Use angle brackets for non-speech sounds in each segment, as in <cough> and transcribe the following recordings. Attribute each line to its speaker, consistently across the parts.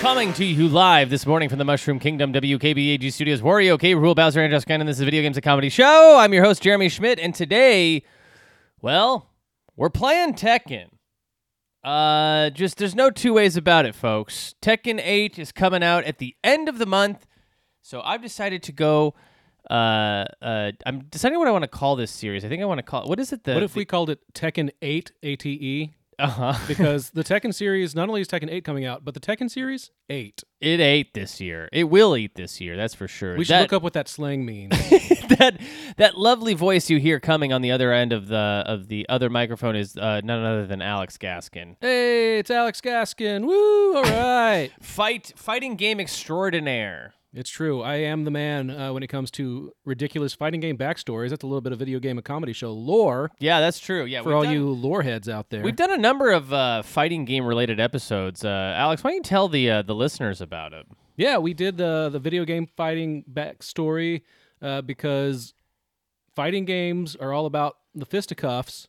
Speaker 1: Coming to you live this morning from the Mushroom Kingdom, WKBAG Studios, Wario K, Rule Bowser, and Just and this is Video Games and Comedy Show. I'm your host, Jeremy Schmidt, and today, well, we're playing Tekken. Uh, just there's no two ways about it, folks. Tekken 8 is coming out at the end of the month, so I've decided to go. Uh, uh, I'm deciding what I want to call this series. I think I want to call it. What is it? The <laughs>
Speaker 2: What if we called it Tekken 8 ATE?
Speaker 1: Uh huh.
Speaker 2: E? Because the Tekken series, not only is Tekken 8 coming out, but the Tekken series 8.
Speaker 1: It ate this year. It will eat this year. That's for sure.
Speaker 2: We should
Speaker 1: That-
Speaker 2: look up what that slang means. <laughs>
Speaker 1: <laughs> that that lovely voice you hear coming on the other end of the of the other microphone is uh, none other than Alex Gaskin.
Speaker 2: hey, it's Alex Gaskin. Woo! All right.
Speaker 1: Fight fighting game extraordinaire.
Speaker 2: it's true. I am the man uh, when it comes to ridiculous fighting game backstories. That's a little bit of video game and comedy show lore
Speaker 1: Yeah, that's true. Yeah,
Speaker 2: for
Speaker 1: we've
Speaker 2: all
Speaker 1: done-
Speaker 2: you lore heads out there.
Speaker 1: We've done a number of uh, fighting game related episodes. Uh, Alex, why don't you tell the uh, the listeners about it?
Speaker 2: Yeah, we did the the video game fighting backstory uh, because fighting games are all about the fisticuffs.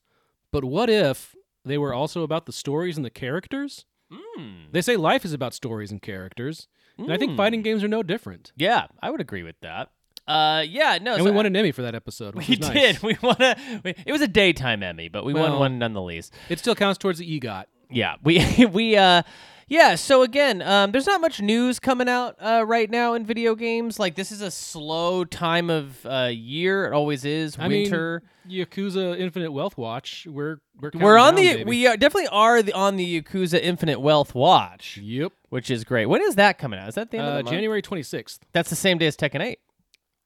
Speaker 2: But what if they were also about the stories and the characters?
Speaker 1: Hmm.
Speaker 2: They say life is about stories and characters, and I think fighting games are no different.
Speaker 1: Yeah, I would agree with that. Uh, yeah, no.
Speaker 2: And
Speaker 1: so
Speaker 2: we
Speaker 1: I-
Speaker 2: won an Emmy for that episode. Which
Speaker 1: <laughs> We
Speaker 2: was nice.
Speaker 1: did. We won a. We, it was a daytime Emmy, but we won
Speaker 2: Well-
Speaker 1: one none the least.
Speaker 2: It still counts towards the EGOT.
Speaker 1: yeah we <laughs> we uh yeah so again um there's not much news coming out uh right now in video games like this is a slow time of uh year it always is
Speaker 2: I mean,
Speaker 1: winter
Speaker 2: Yakuza Infinite Wealth Watch. We're
Speaker 1: we're
Speaker 2: we're counting
Speaker 1: on
Speaker 2: down,
Speaker 1: the
Speaker 2: baby.
Speaker 1: we are definitely are the, on the yakuza infinite wealth watch
Speaker 2: Yep.
Speaker 1: which is great when is that coming out is that the end
Speaker 2: Uh,
Speaker 1: of the month?
Speaker 2: January twenty sixth.
Speaker 1: that's the same day as tekken 8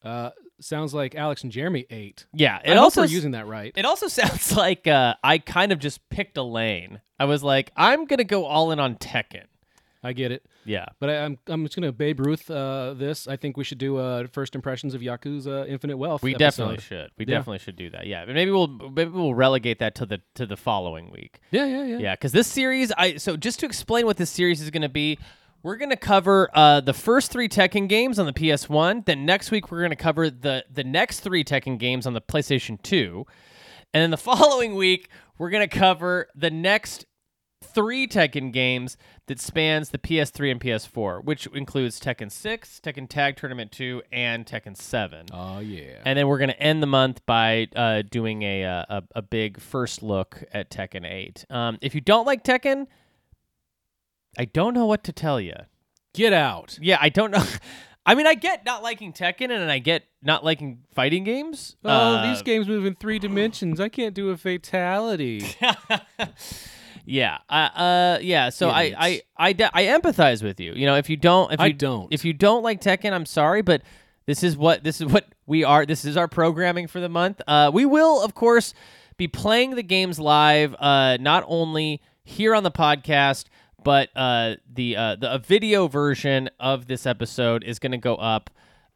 Speaker 2: Uh, sounds like Alex and Jeremy ate.
Speaker 1: yeah
Speaker 2: I
Speaker 1: it
Speaker 2: hope
Speaker 1: also
Speaker 2: we're
Speaker 1: s-
Speaker 2: using that right.
Speaker 1: it also <laughs> sounds like uh i kind of just picked a lane i was like i'm gonna go all in on tekken
Speaker 2: I get it.
Speaker 1: yeah
Speaker 2: But I, I'm I'm just gonna Babe Ruth uh, this. I think we should do uh, first impressions of Yakuza Infinite Wealth.
Speaker 1: We
Speaker 2: episode.
Speaker 1: definitely should. We
Speaker 2: Yeah.
Speaker 1: definitely should do that. Yeah, but maybe we'll maybe we'll relegate that to the to the following week.
Speaker 2: Yeah, yeah, yeah.
Speaker 1: Yeah, because this series, I so just to explain what this series is going to be, we're going to cover uh, the first three Tekken games on the PS1. Then next week we're going to cover the the next three Tekken games on the PlayStation 2, and then the <laughs> following week we're going to cover the next three Tekken games that spans the PS3 and PS4, which includes Tekken 6, Tekken Tag Tournament 2, and Tekken 7
Speaker 2: Oh yeah.
Speaker 1: and then we're going to end the month by uh, doing a, uh, a a big first look at Tekken 8. Um, if you don't like Tekken, I don't know what to tell you.
Speaker 2: Get out.
Speaker 1: Yeah, I don't know. <laughs> I mean, I get not liking Tekken, and I get not liking fighting games.
Speaker 2: Oh,
Speaker 1: Uh,
Speaker 2: these games move in three dimensions. I can't do a
Speaker 1: <laughs>
Speaker 2: fatality.
Speaker 1: yeah, uh, uh, yeah. So I, I,
Speaker 2: Idiots.
Speaker 1: I, de- I empathize with you. You know, if you don't, if you
Speaker 2: I don't.
Speaker 1: if you don't like Tekken, I'm sorry, but this is what this is what we are. This is our programming for the month. Uh, we will, of course, be playing the games live, uh, not only here on the podcast, but uh, the uh, the a video version of this episode is going to go up,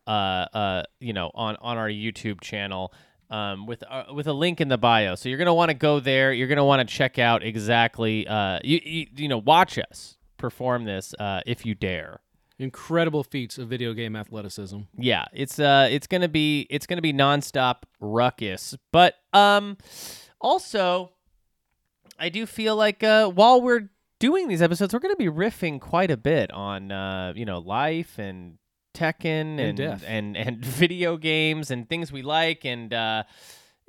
Speaker 1: uh, uh, you know, on on our YouTube channel. Um, with uh, with a link in the bio, so you're gonna want to go there. You're gonna want to check out exactly. Uh, you, you you know, watch us perform this uh, if you dare.
Speaker 2: Incredible feats of video game athleticism.
Speaker 1: Yeah, it's uh it's gonna be it's gonna be nonstop ruckus. But um also I do feel like uh while we're doing these episodes, we're gonna be riffing quite a bit on uh, you know, life and Tekken and and,
Speaker 2: death.
Speaker 1: and <laughs> video games and things we like and uh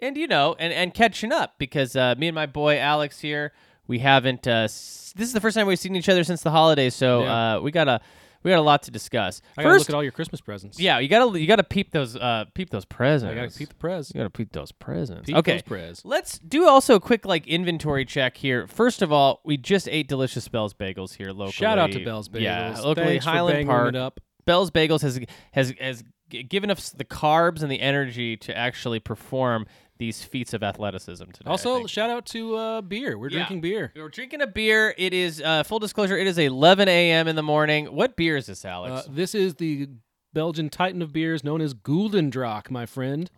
Speaker 1: and you know and and catching up because uh me and my boy Alex here we haven't uh s- this is the first time we've seen each other since the holidays so
Speaker 2: Yeah.
Speaker 1: uh we got a we got a lot to discuss.
Speaker 2: I gotta
Speaker 1: First
Speaker 2: look at all your Christmas presents.
Speaker 1: yeah, you gotta you gotta peep those uh peep those
Speaker 2: I
Speaker 1: presents.
Speaker 2: gotta peep the pres.
Speaker 1: you gotta peep those presents.
Speaker 2: Peep
Speaker 1: okay,
Speaker 2: those pres.
Speaker 1: let's do also a quick like inventory check here. First of all, we just ate delicious Bell's Bagels here locally.
Speaker 2: Shout out to Bell's Bagels.
Speaker 1: Yeah, locally
Speaker 2: Thanks for
Speaker 1: Highland
Speaker 2: banging
Speaker 1: Park.
Speaker 2: It up.
Speaker 1: Bell's Bagels has has has g- given us the carbs and the energy to actually perform these feats of athleticism today. I
Speaker 2: Also,
Speaker 1: think.
Speaker 2: shout out to uh, beer. We're
Speaker 1: Yeah.
Speaker 2: drinking beer.
Speaker 1: we're drinking a beer. It is uh, full disclosure. It is 11 a.m. in the morning. What beer is this,
Speaker 2: Uh,
Speaker 1: Alex?
Speaker 2: this is the Belgian titan of beers known as Guldendrock, my friend.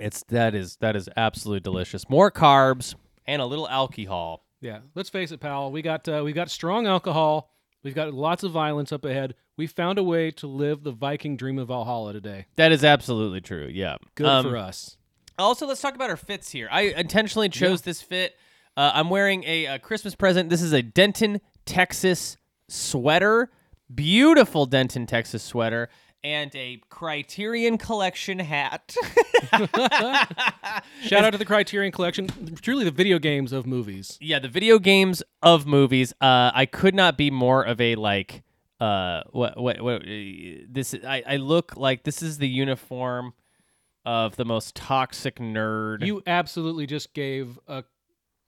Speaker 1: it's that is that is absolutely delicious. More carbs and a little alcohol.
Speaker 2: Yeah, let's face it, pal. We got uh, we've got strong alcohol. We've got lots of violence up ahead. We found a way to live the Viking dream of Valhalla today.
Speaker 1: That is absolutely true. Yeah.
Speaker 2: Good
Speaker 1: Um,
Speaker 2: for us.
Speaker 1: Also, let's talk about our fits here. I intentionally chose this fit. Uh, I'm wearing a, uh Christmas present. This is a Denton, Texas sweater, beautiful Denton, Texas sweater, and a Criterion Collection hat. <laughs>
Speaker 2: Shout out to the Criterion Collection. Truly the video games of movies.
Speaker 1: yeah, the video games of movies. Uh, I could not be more of a like. Uh, what what what? uh, This I I look like this is the uniform of the most toxic nerd.
Speaker 2: You absolutely just gave a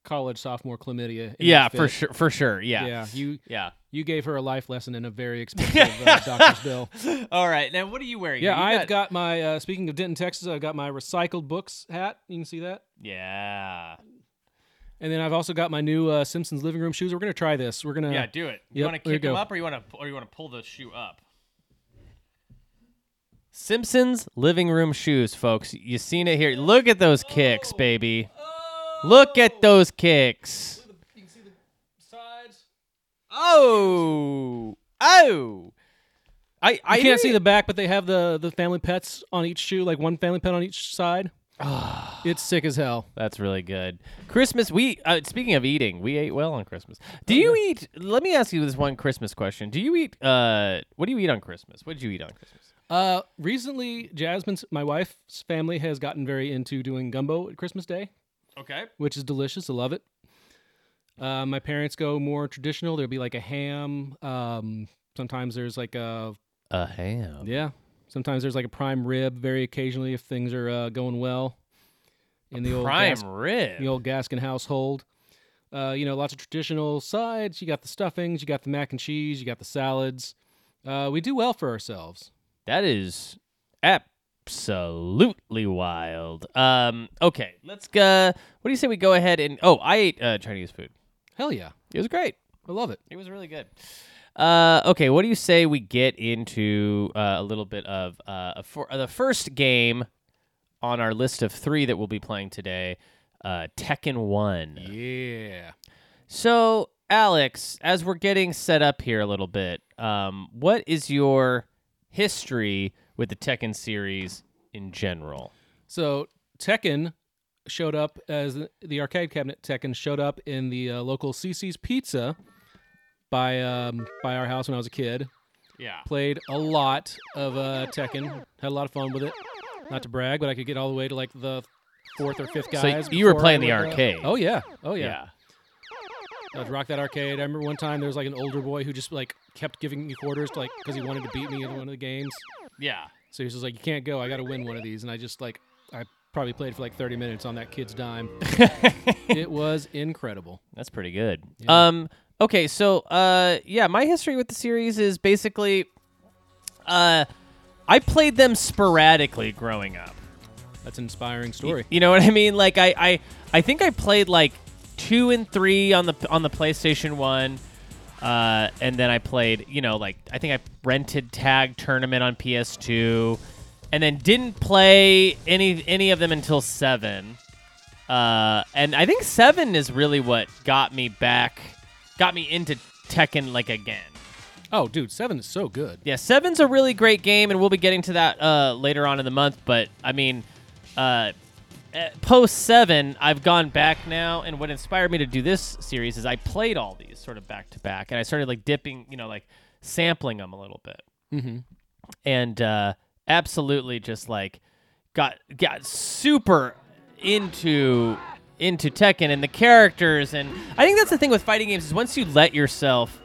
Speaker 2: college sophomore chlamydia. in
Speaker 1: yeah,
Speaker 2: that
Speaker 1: for
Speaker 2: fit.
Speaker 1: sure, for sure. Yeah,
Speaker 2: Yeah, you
Speaker 1: yeah.
Speaker 2: you gave her a life lesson in
Speaker 1: <laughs>
Speaker 2: a very expensive uh, doctor's bill.
Speaker 1: All right, now what are you wearing?
Speaker 2: Yeah,
Speaker 1: You
Speaker 2: I've got my. Uh, speaking of Denton, Texas, I've got my recycled books hat. You can see that.
Speaker 1: Yeah,
Speaker 2: And then I've also got my new uh, Simpsons living room shoes. We're gonna try this. We're gonna.
Speaker 1: yeah. Do it. You
Speaker 2: Yep,
Speaker 1: want to
Speaker 2: there you
Speaker 1: kick them
Speaker 2: go.
Speaker 1: up, or you want to, or you want to pull the shoe up? Simpsons living room shoes, folks. You seen it here. Look at those kicks, baby. Look at those kicks.
Speaker 2: You can see the sides.
Speaker 1: Oh, oh. I I
Speaker 2: I can't see the back, but they have the the family pets on each shoe, like one family pet on
Speaker 1: <sighs>
Speaker 2: each side. it's sick as hell.
Speaker 1: That's really good. Christmas. We uh, speaking of eating, we ate well on Christmas. Do you eat? Let me ask you this one Christmas question. Do you eat? Uh, what do you eat on Christmas? What did you eat on Christmas?
Speaker 2: Uh, recently, Jasmine's my wife's family has gotten very into doing gumbo at Christmas Day,
Speaker 1: Okay.
Speaker 2: which is delicious. I love it. Uh, my parents go more traditional. There'll be like a ham. Um, sometimes there's like a
Speaker 1: A ham.
Speaker 2: yeah. Sometimes there's like a prime rib. Very occasionally, if things are uh, going well, in the old
Speaker 1: prime
Speaker 2: gas-
Speaker 1: rib.
Speaker 2: the old Gaskin household. Uh, you know, lots of traditional sides. You got the stuffings, you got the mac and cheese, you got the salads. Uh, we do well for ourselves.
Speaker 1: That is absolutely wild. Um. Okay. Let's go. What do you say we go ahead and? Oh, I ate uh, Chinese food.
Speaker 2: Hell yeah,
Speaker 1: It was great.
Speaker 2: I love it.
Speaker 1: It was really good. Uh, okay, what do you say we get into uh, a little bit of uh, a for, uh, the first game on our list of three that we'll be playing today, uh, Tekken One.
Speaker 2: Yeah.
Speaker 1: So, Alex, as we're getting set up here a little bit, um, what is your history with the Tekken series in general?
Speaker 2: So Tekken showed up as the arcade cabinet. Tekken showed up in the uh, local CC's Pizza by um, by our house when I was a kid.
Speaker 1: Yeah.
Speaker 2: Played a lot of uh, Tekken. Had a lot of fun with it. Not to brag, but I could get all the way to like the fourth or fifth
Speaker 1: So
Speaker 2: guys.
Speaker 1: you were
Speaker 2: before I
Speaker 1: playing the
Speaker 2: would, uh,
Speaker 1: arcade.
Speaker 2: oh yeah. Oh yeah.
Speaker 1: Yeah.
Speaker 2: I'd rock that arcade. I remember one time there was like an older boy who just like kept giving me quarters, like because he wanted to beat me in one of the games.
Speaker 1: Yeah.
Speaker 2: So he was just like, "You can't go. I got to win one of these." And I just like, I probably played for like 30 minutes on that kid's
Speaker 1: <laughs>
Speaker 2: dime. it was incredible.
Speaker 1: That's pretty good.
Speaker 2: Yeah.
Speaker 1: Um okay, so uh yeah, my history with the series is basically uh I played them sporadically growing up.
Speaker 2: That's an inspiring
Speaker 1: <laughs>
Speaker 2: story.
Speaker 1: You know what I mean? Like I I I think I played like 2 and 3 on the on the PlayStation 1. Uh, and then I played, you know, like I think I rented Tag Tournament on PS2, and then didn't play any any of them until seven. Uh, and I think seven is really what got me back, got me into Tekken like again.
Speaker 2: Oh, dude, seven is so good.
Speaker 1: Yeah, seven's a really great game, and we'll be getting to that uh, later on in the month. But I mean, uh, post seven, I've gone back now, and what inspired me to do this series is I played all these sort of back to back, and I started like dipping, you know, like sampling them a little bit, mm-hmm. and uh, absolutely just like got got super into into Tekken and the characters, and I think that's the thing with fighting games is once you let yourself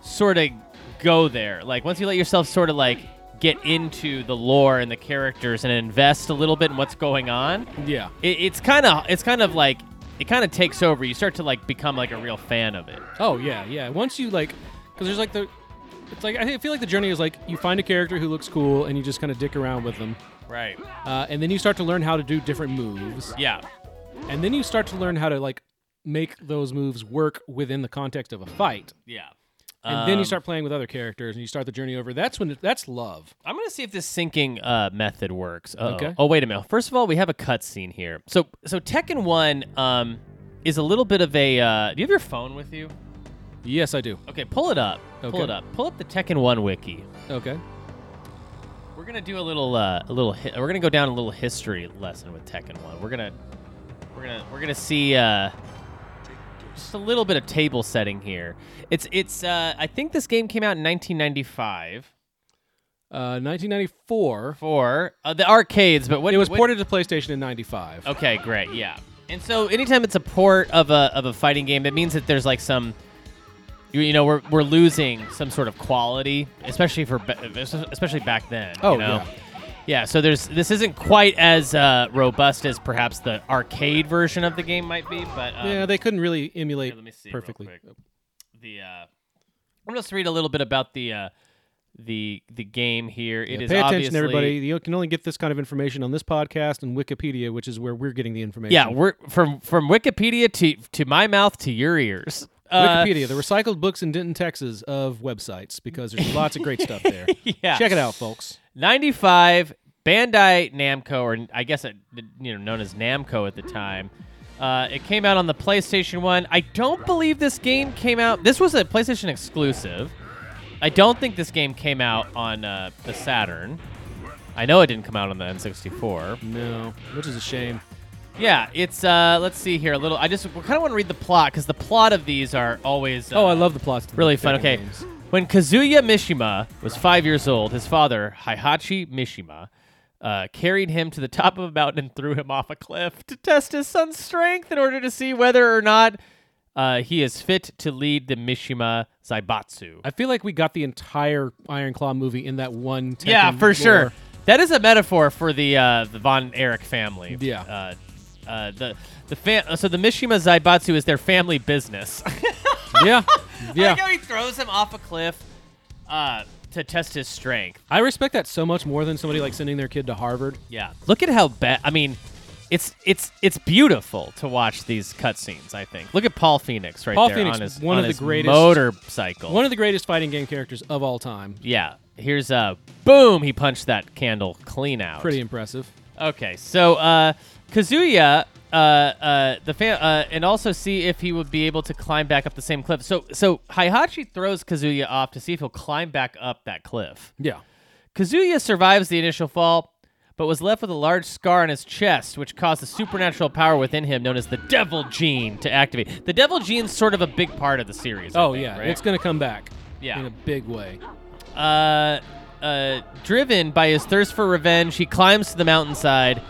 Speaker 1: sort of go there. Like once you let yourself sort of like get into the lore and the characters and invest a little bit in what's going on,
Speaker 2: Yeah.
Speaker 1: it, it's kind of it's kind of like it kind of takes over. You start to like become like a real fan of it.
Speaker 2: Oh yeah, yeah. Once you like, because there's like the, it's like I think- I feel like the journey is like you find a character who looks cool and you just kind of dick around with them,
Speaker 1: Right.
Speaker 2: uh, and then you start to learn how to do different moves,
Speaker 1: Yeah.
Speaker 2: and then you start to learn how to like make those moves work within the context of a fight.
Speaker 1: Yeah.
Speaker 2: and then
Speaker 1: Um,
Speaker 2: you start playing with other characters and you start the journey over that's when that's love
Speaker 1: I'm gonna see if this syncing uh, method works. Uh-oh.
Speaker 2: Okay.
Speaker 1: Oh wait a minute. First of all, we have a cutscene here. So so Tekken One um, is a little bit of a. Uh, do you have your phone with you?
Speaker 2: yes i do
Speaker 1: Okay, pull it up. Pull
Speaker 2: Okay.
Speaker 1: it up. Pull up the Tekken One wiki.
Speaker 2: okay
Speaker 1: We're gonna do a little, uh, a little. Hi- we're gonna go down a little history lesson with Tekken One. We're gonna, we're gonna, we're gonna see. Uh, just a little bit of table setting here. It's it's uh, I think this game came out in 1995
Speaker 2: Uh, 1994.
Speaker 1: for uh, the arcades, but what
Speaker 2: It was
Speaker 1: what-
Speaker 2: ported to PlayStation in 95.
Speaker 1: Okay, great. Yeah. And so anytime it's a port of a of a fighting game, it means that there's like some you, you know, we're, we're losing some sort of quality, especially for ba- especially back then,
Speaker 2: Oh,
Speaker 1: you know.
Speaker 2: yeah.
Speaker 1: Yeah, so there's this isn't quite as uh, robust as perhaps the arcade version of the game might be, but um,
Speaker 2: yeah, they couldn't really emulate
Speaker 1: here, let me see real
Speaker 2: perfectly.
Speaker 1: quick. the uh, I'm just read a little bit about the uh, the the game here. It
Speaker 2: Yeah,
Speaker 1: is
Speaker 2: pay attention,
Speaker 1: obviously-
Speaker 2: everybody. You can only get this kind of information on this podcast and Wikipedia, which is where we're getting the information.
Speaker 1: Yeah, we're from from Wikipedia to to my mouth to your ears. Uh,
Speaker 2: Wikipedia, the recycled books in Denton, Texas of websites, because there's lots of great stuff there.
Speaker 1: <laughs> yeah,
Speaker 2: Check it out, folks.
Speaker 1: 95 Bandai Namco, or I guess it, you know known as Namco at the time. Uh, it came out on the PlayStation One. I don't believe this game came out. This was a PlayStation exclusive. I don't think this game came out on uh, the Saturn. I know it didn't come out on the N64.
Speaker 2: No, which is a shame.
Speaker 1: Yeah, it's uh, let's see here a little. I just kind of want to read the plot because the plot of these are always uh,
Speaker 2: Oh, I love the plots. to the
Speaker 1: Really fun.
Speaker 2: different
Speaker 1: Okay.
Speaker 2: games.
Speaker 1: When Kazuya Mishima was five years old, his father, Hihachi Mishima, uh, carried him to the top of a mountain and threw him off a cliff to test his son's strength in order to see whether or not uh, he is fit to lead the Mishima Zaibatsu.
Speaker 2: I feel like we got the entire Iron Claw movie in that one. Tekken
Speaker 1: yeah, for
Speaker 2: lore.
Speaker 1: sure. That is a metaphor for the uh, the von Erich family.
Speaker 2: Yeah.
Speaker 1: Uh, uh, the the fam- so the Mishima Zaibatsu is their family business.
Speaker 2: <laughs>
Speaker 1: <laughs>
Speaker 2: Yeah,
Speaker 1: I
Speaker 2: yeah.
Speaker 1: like how he throws him off a cliff uh, to test his strength.
Speaker 2: I respect that so much more than somebody like sending their kid to Harvard.
Speaker 1: Yeah. Look at how bad. I mean, it's it's it's beautiful to watch these cutscenes. I think. Look at Paul Phoenix right
Speaker 2: Paul
Speaker 1: there
Speaker 2: Phoenix,
Speaker 1: on his on
Speaker 2: one of the
Speaker 1: his
Speaker 2: greatest-
Speaker 1: motorcycle.
Speaker 2: One of the greatest fighting game characters of all time.
Speaker 1: yeah. Here's a boom. He punched that candle clean out.
Speaker 2: Pretty impressive.
Speaker 1: Okay. So uh, Kazuya. Uh, uh, the fan, uh, and also see if he would be able to climb back up the same cliff. So, so Hihachi throws Kazuya off to see if he'll climb back up that cliff.
Speaker 2: Yeah.
Speaker 1: Kazuya survives the initial fall, but was left with a large scar on his chest, which caused a supernatural power within him known as the Devil Gene to activate. The Devil Gene's sort of a big part of the series. I
Speaker 2: Oh
Speaker 1: think,
Speaker 2: yeah,
Speaker 1: right?
Speaker 2: it's gonna come back.
Speaker 1: Yeah.
Speaker 2: In a big way.
Speaker 1: uh, uh, driven by his thirst for revenge, he climbs to the mountainside.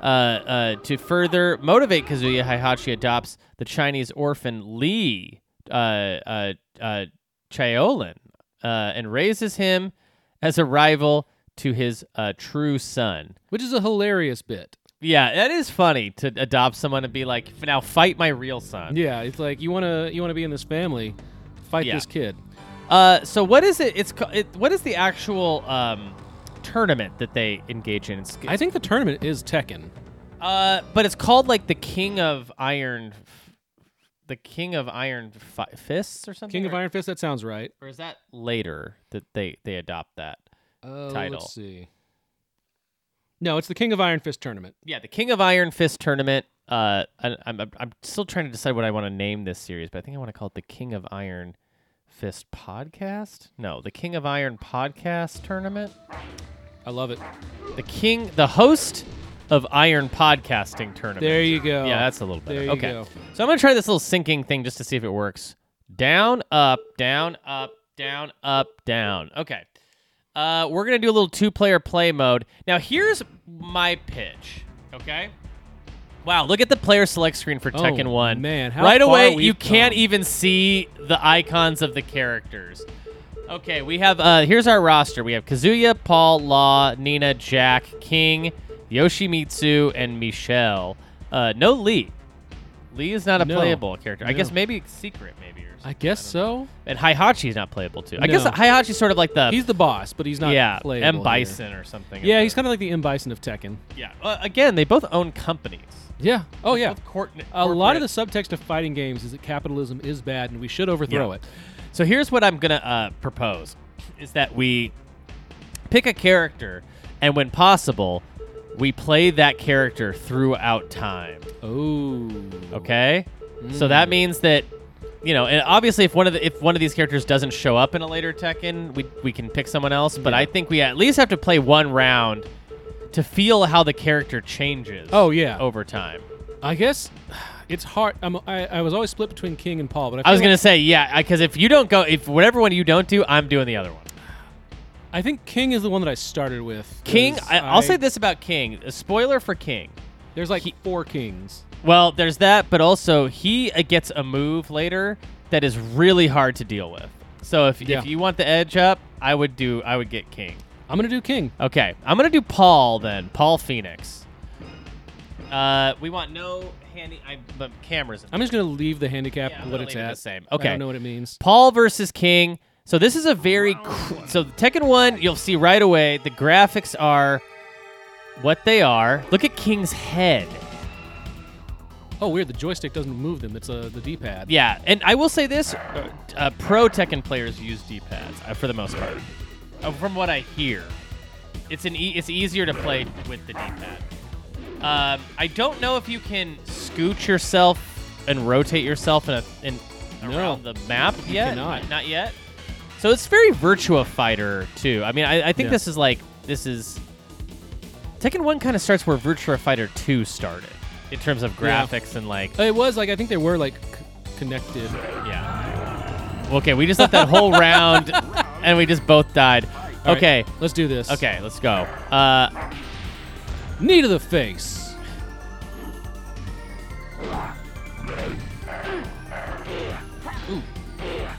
Speaker 1: Uh, uh, to further motivate Kazuya, Hihachi adopts the Chinese orphan Lee uh, uh, uh, Chaolin uh, and raises him as a rival to his uh, true son.
Speaker 2: Which is a hilarious bit.
Speaker 1: Yeah, that is funny to adopt someone and be like, "F- now fight my real son.
Speaker 2: Yeah, it's like you wanna you wanna be in this family, fight
Speaker 1: Yeah.
Speaker 2: this kid.
Speaker 1: Uh, so what is it? It's ca- it, what is the actual um, tournament that they engage in? It's,
Speaker 2: I think the tournament is Tekken.
Speaker 1: uh, but it's called like the King of Iron, F- the King of Iron Fi Fists or something.
Speaker 2: King of
Speaker 1: or,
Speaker 2: Iron Fist, that sounds right.
Speaker 1: or is that later that they they adopt that?
Speaker 2: Uh,
Speaker 1: Title.
Speaker 2: Let's see. No, it's the King of Iron Fist tournament.
Speaker 1: Yeah, the King of Iron Fist tournament. Uh, I, I'm I'm- I'm still trying to decide what I want to name this series, but I think I want to call it the King of Iron Fist podcast. No, the King of Iron podcast tournament.
Speaker 2: I love it.
Speaker 1: The king, the host of Iron podcasting tournament.
Speaker 2: There you go.
Speaker 1: yeah, that's a little better.
Speaker 2: There you
Speaker 1: okay,
Speaker 2: go.
Speaker 1: so I'm gonna try this little syncing thing just to see if it works. Down, up, down, up, down, up, down. Okay. Uh, we're gonna do a little two-player play mode. Now here's my pitch. Okay. Wow, look at the player select screen for
Speaker 2: Oh,
Speaker 1: Tekken One.
Speaker 2: man, how
Speaker 1: right
Speaker 2: far
Speaker 1: away
Speaker 2: we've
Speaker 1: you can't
Speaker 2: come.
Speaker 1: even see the icons of the characters. Okay, we have uh here's our roster. We have Kazuya, Paul, Law, Nina, Jack, King, Yoshimitsu, and Michelle. Uh no Lee. Lee is not a
Speaker 2: No.
Speaker 1: playable character. I
Speaker 2: No.
Speaker 1: guess maybe secret maybe or something.
Speaker 2: I guess so.
Speaker 1: And Hihachi is not playable too. I guess
Speaker 2: No.
Speaker 1: Hihachi's sort of like the
Speaker 2: He's the boss, but he's not
Speaker 1: yeah,
Speaker 2: playable
Speaker 1: M
Speaker 2: here.
Speaker 1: Bison or something.
Speaker 2: Yeah, he's kind of like the M Bison of Tekken.
Speaker 1: of Yeah. Uh, again, they both own companies.
Speaker 2: Yeah. Oh yeah.
Speaker 1: Both court-
Speaker 2: A lot of
Speaker 1: corporate-
Speaker 2: the subtext of fighting games is that capitalism is bad and we should overthrow
Speaker 1: Yeah.
Speaker 2: it.
Speaker 1: So here's what I'm gonna uh, propose: is that we pick a character, and when possible, we play that character throughout time.
Speaker 2: Oh.
Speaker 1: Okay. So
Speaker 2: Mm.
Speaker 1: that means that you know, and obviously, if one of the, if one of these characters doesn't show up in a later Tekken, we we can pick someone else. But I think we at least have to play one round to feel how the character changes.
Speaker 2: Oh yeah.
Speaker 1: Over time.
Speaker 2: I guess it's hard. I'm, I, I was always split between King and Paul, but I,
Speaker 1: I was
Speaker 2: feel
Speaker 1: gonna say yeah, because if you don't go, if whatever one you don't do, I'm doing the other one.
Speaker 2: like- I think King is the one that I started with.
Speaker 1: King,
Speaker 2: 'cause
Speaker 1: I, I'll say this about King. A spoiler for King.
Speaker 2: There's like four kings.
Speaker 1: Well, there's that, but also he uh, gets a move later that is really hard to deal with. So if,
Speaker 2: Yeah.
Speaker 1: if you want the edge up, I would do I would get King.
Speaker 2: I'm gonna do King.
Speaker 1: Okay, I'm gonna do Paul then. Paul Phoenix. Uh, we want no handy. I but cameras. In
Speaker 2: I'm just gonna leave the handicap
Speaker 1: Yeah, I'm
Speaker 2: what
Speaker 1: gonna
Speaker 2: it's
Speaker 1: leave it the
Speaker 2: at.
Speaker 1: same.
Speaker 2: I
Speaker 1: Okay.
Speaker 2: don't know what it means.
Speaker 1: Paul versus King. So this is a very cr- so Tekken One. You'll see right away the graphics are what they are. Look at King's head.
Speaker 2: Oh, weird. The joystick doesn't move them. It's uh, the D-pad.
Speaker 1: Yeah, and I will say this: uh, uh, pro Tekken players use D pads uh, for the most part. Uh, from what I hear, it's an e- it's easier to play with the D pad. Um, I don't know if you can scoot yourself and rotate yourself in, a, in
Speaker 2: No.
Speaker 1: around the map yet.
Speaker 2: cannot.
Speaker 1: Not yet. So it's very Virtua Fighter too. I mean, I, I think
Speaker 2: Yeah.
Speaker 1: this is like this is Tekken One kind of starts where Virtua Fighter Two started in terms of
Speaker 2: Yeah.
Speaker 1: graphics and like
Speaker 2: Uh, It was like I think they were like c- connected.
Speaker 1: yeah. Okay, we just let that
Speaker 2: <laughs>
Speaker 1: whole round, and we just both died.
Speaker 2: All right,
Speaker 1: okay,
Speaker 2: let's do this.
Speaker 1: okay, let's go. Uh,
Speaker 2: Knee to the face.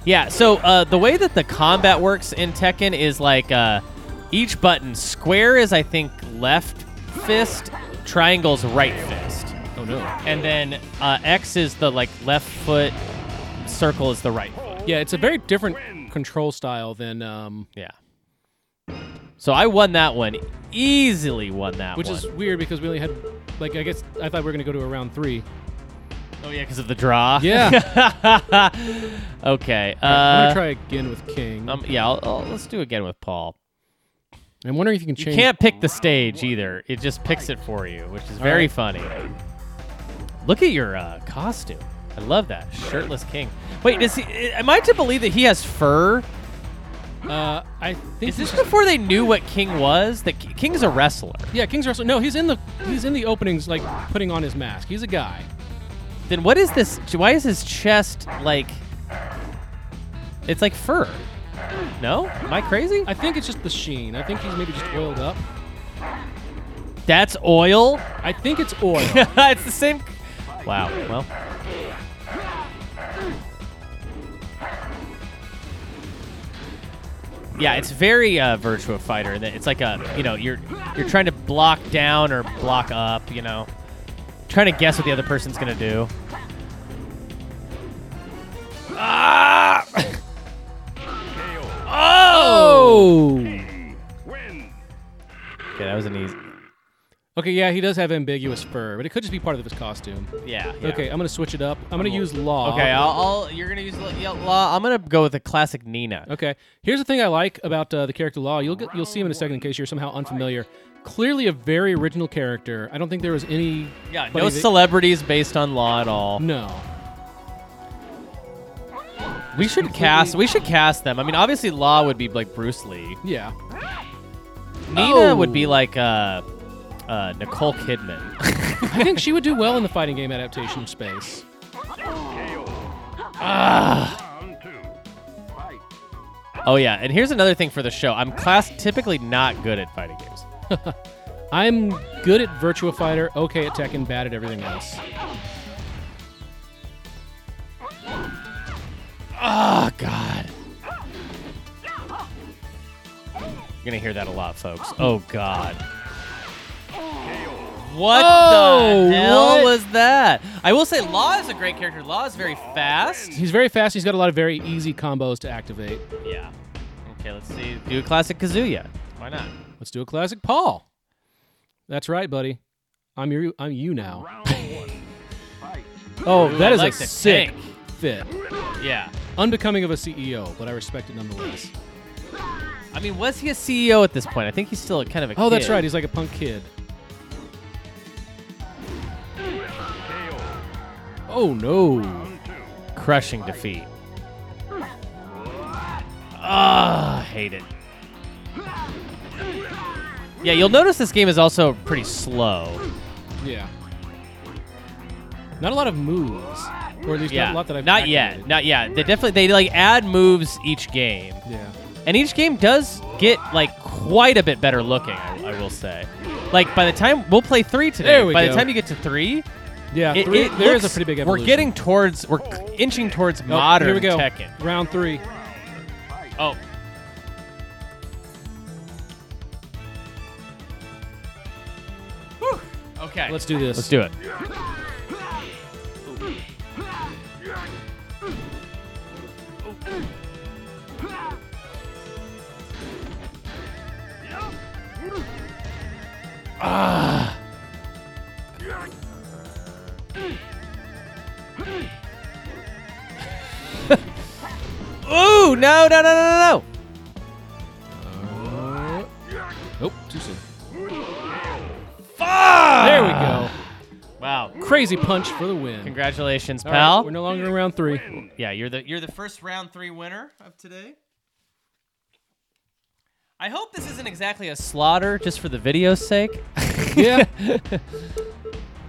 Speaker 1: yeah. So uh, the way that the combat works in Tekken is like uh, each button. Square is I think left fist, triangle's right fist,
Speaker 2: Oh no.
Speaker 1: and then uh, X is the like left foot, circle is the right foot.
Speaker 2: Yeah, it's a very different control style than um,
Speaker 1: Yeah. So I won that one easily. Won that
Speaker 2: which
Speaker 1: one.
Speaker 2: is weird because we only had like I guess I thought we were gonna go to a round three.
Speaker 1: Oh yeah, because of the draw.
Speaker 2: Yeah.
Speaker 1: <laughs> okay.
Speaker 2: I'm
Speaker 1: Uh,
Speaker 2: gonna try again with King.
Speaker 1: um, yeah. I'll, I'll- let's do again with Paul.
Speaker 2: I'm wondering if you can
Speaker 1: You
Speaker 2: change.
Speaker 1: can't pick the stage either. It just picks it for you, which is very
Speaker 2: right.
Speaker 1: funny. Look at your uh, costume. I love that shirtless king. Wait, does he? eh, Am I to believe that he has fur?
Speaker 2: Uh, I think
Speaker 1: Is this
Speaker 2: he's-
Speaker 1: before they knew what King was? That Ki- King's a wrestler.
Speaker 2: yeah, King's wrestler. No, he's in the he's in the openings like putting on his mask. He's a guy.
Speaker 1: Then what is this? Why is his chest like? It's like fur. No, am I crazy?
Speaker 2: I think it's just the sheen. I think he's maybe just oiled up.
Speaker 1: That's oil.
Speaker 2: I think it's
Speaker 1: <laughs>
Speaker 2: oil.
Speaker 1: it's the same. Wow. Well. Yeah, it's very uh, Virtua Fighter. in that It's like a you know you're you're trying to block down or block up. You know, trying to guess what the other person's gonna do. Ah! <laughs> oh!
Speaker 2: oh.
Speaker 1: Okay, that was an easy.
Speaker 2: Okay, yeah, he does have ambiguous fur, but it could just be part of his costume.
Speaker 1: Yeah. yeah.
Speaker 2: Okay, I'm gonna switch it up. I'm gonna use law.
Speaker 1: Okay. I'll, I'll. You're gonna use la- yeah, law. I'm gonna go with a classic Nina.
Speaker 2: Okay. Here's the thing I like about uh, the character Law. You'll get, you'll see him in a second in case you're somehow unfamiliar. Clearly a very original character. I don't think there was any.
Speaker 1: Yeah,
Speaker 2: buddy
Speaker 1: no
Speaker 2: that-
Speaker 1: celebrities based on law at all.
Speaker 2: No.
Speaker 1: We should cast. We should cast them. I mean, obviously, law would be like Bruce Lee.
Speaker 2: Yeah.
Speaker 1: Nina
Speaker 2: Oh.
Speaker 1: would be like uh, uh, Nicole Kidman. <laughs>
Speaker 2: I think she would do well in the fighting game adaptation of Space.
Speaker 1: oh yeah, and here's another thing for the show. I'm class typically not good at fighting games.
Speaker 2: I'm good at Virtua Fighter, okay at Tekken, bad at everything else.
Speaker 1: Oh God. You're gonna hear that a lot, folks. Oh God. What
Speaker 2: Oh,
Speaker 1: the hell
Speaker 2: what?
Speaker 1: was that? I will say, Law is a great character. Law is very fast.
Speaker 2: He's very fast. He's got a lot of very easy combos to activate.
Speaker 1: Yeah. Okay, let's see. Do a classic Kazuya. Why not?
Speaker 2: Let's do a classic Paul. That's right, buddy. I'm your I'm you now. <laughs> Oh,
Speaker 1: Ooh,
Speaker 2: that
Speaker 1: I
Speaker 2: is
Speaker 1: like
Speaker 2: a
Speaker 1: the
Speaker 2: sick
Speaker 1: tank.
Speaker 2: fit.
Speaker 1: Yeah.
Speaker 2: Unbecoming of a CEO, but I respect it nonetheless.
Speaker 1: I mean, was he a CEO at this point? I think he's still kind of a
Speaker 2: Oh, that's
Speaker 1: kid.
Speaker 2: right. He's like a punk kid. Oh no.
Speaker 1: Crushing defeat. Ah, hate it. Yeah, you'll notice this game is also pretty slow.
Speaker 2: Yeah. Not a lot of moves, or at least
Speaker 1: yeah,
Speaker 2: not a lot that I've
Speaker 1: not yet,
Speaker 2: activated.
Speaker 1: not yet. They definitely they like add moves each game,
Speaker 2: yeah,
Speaker 1: and each game does get like quite a bit better looking. I, I will say, like by the time we'll play three today,
Speaker 2: There we
Speaker 1: by the
Speaker 2: go.
Speaker 1: time you get to three,
Speaker 2: yeah.
Speaker 1: it,
Speaker 2: three,
Speaker 1: it
Speaker 2: there is
Speaker 1: looks,
Speaker 2: a pretty big.
Speaker 1: We're
Speaker 2: Evolution.
Speaker 1: getting towards we're c- inching towards
Speaker 2: Oh,
Speaker 1: modern
Speaker 2: Here we go.
Speaker 1: Tekken.
Speaker 2: Round three.
Speaker 1: Oh, Whew. okay.
Speaker 2: Let's do this.
Speaker 1: Let's do it. Ah. <laughs> Ooh, no, no, no, no, no, no.
Speaker 2: Nope, Oh, too soon.
Speaker 1: Fuck!
Speaker 2: There we go.
Speaker 1: Wow.
Speaker 2: Crazy punch for the win.
Speaker 1: Congratulations,
Speaker 2: All right,
Speaker 1: pal.
Speaker 2: we're no longer in
Speaker 1: <laughs>
Speaker 2: round three.
Speaker 1: Yeah, you're the you're the first round three winner of today. I hope this isn't exactly a slaughter just for the video's sake. <laughs>
Speaker 2: Yeah,
Speaker 1: Okay,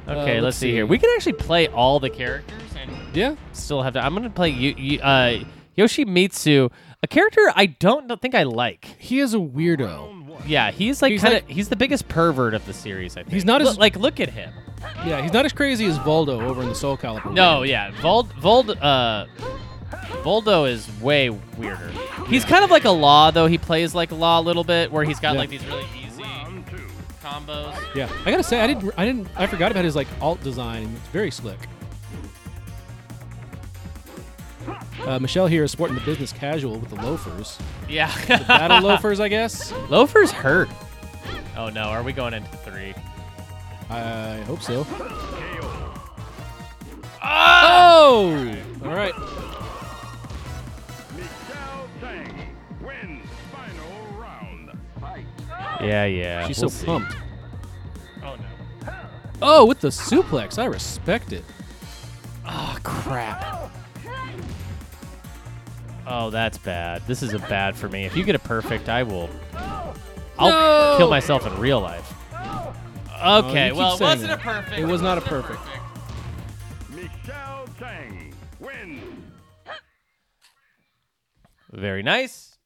Speaker 2: Uh,
Speaker 1: let's,
Speaker 2: let's
Speaker 1: see. here.
Speaker 2: see.
Speaker 1: We can actually play all the characters and
Speaker 2: yeah.
Speaker 1: still have to. I'm gonna play Yo- Yo- uh, Yoshimitsu, a character I don't know- think I like.
Speaker 2: He is a weirdo.
Speaker 1: Yeah, he's like
Speaker 2: He's
Speaker 1: kind of
Speaker 2: like-
Speaker 1: he's the biggest pervert of the series. I think
Speaker 2: He's not
Speaker 1: Look-
Speaker 2: as-
Speaker 1: like look at him.
Speaker 2: Yeah, he's not as crazy as Voldo over in the Soul Calibur.
Speaker 1: No, yeah, Vold Vold uh, Voldo is way weirder. He's kind of like a Law though. He plays like Law a little bit, where he's got
Speaker 2: Yeah.
Speaker 1: like these really easy combos.
Speaker 2: Yeah, I gotta say, I didn't, I didn't, I forgot about his like alt design. and It's very slick. Uh, Michelle here is sporting the business casual with the loafers.
Speaker 1: Yeah, <laughs>
Speaker 2: Battle loafers, I guess.
Speaker 1: Loafers hurt. Oh no, are we going into three?
Speaker 2: I hope so.
Speaker 1: Oh!
Speaker 2: Oh, all right.
Speaker 3: Michelle Tang wins final round.
Speaker 1: Yeah, yeah.
Speaker 2: She's
Speaker 1: we'll
Speaker 2: so
Speaker 1: see.
Speaker 2: pumped.
Speaker 1: Oh no.
Speaker 2: Oh, with the suplex, I respect it.
Speaker 1: Oh crap. Oh, that's bad. This is a bad for me. If you get a perfect, I will. I'll
Speaker 2: No!
Speaker 1: kill myself in real life.
Speaker 2: Oh, you
Speaker 1: Okay,
Speaker 2: keep
Speaker 1: well, it
Speaker 2: saying
Speaker 1: wasn't
Speaker 2: that.
Speaker 1: a perfect.
Speaker 2: It was not a perfect.
Speaker 3: Michelle Tang wins.
Speaker 1: Very nice.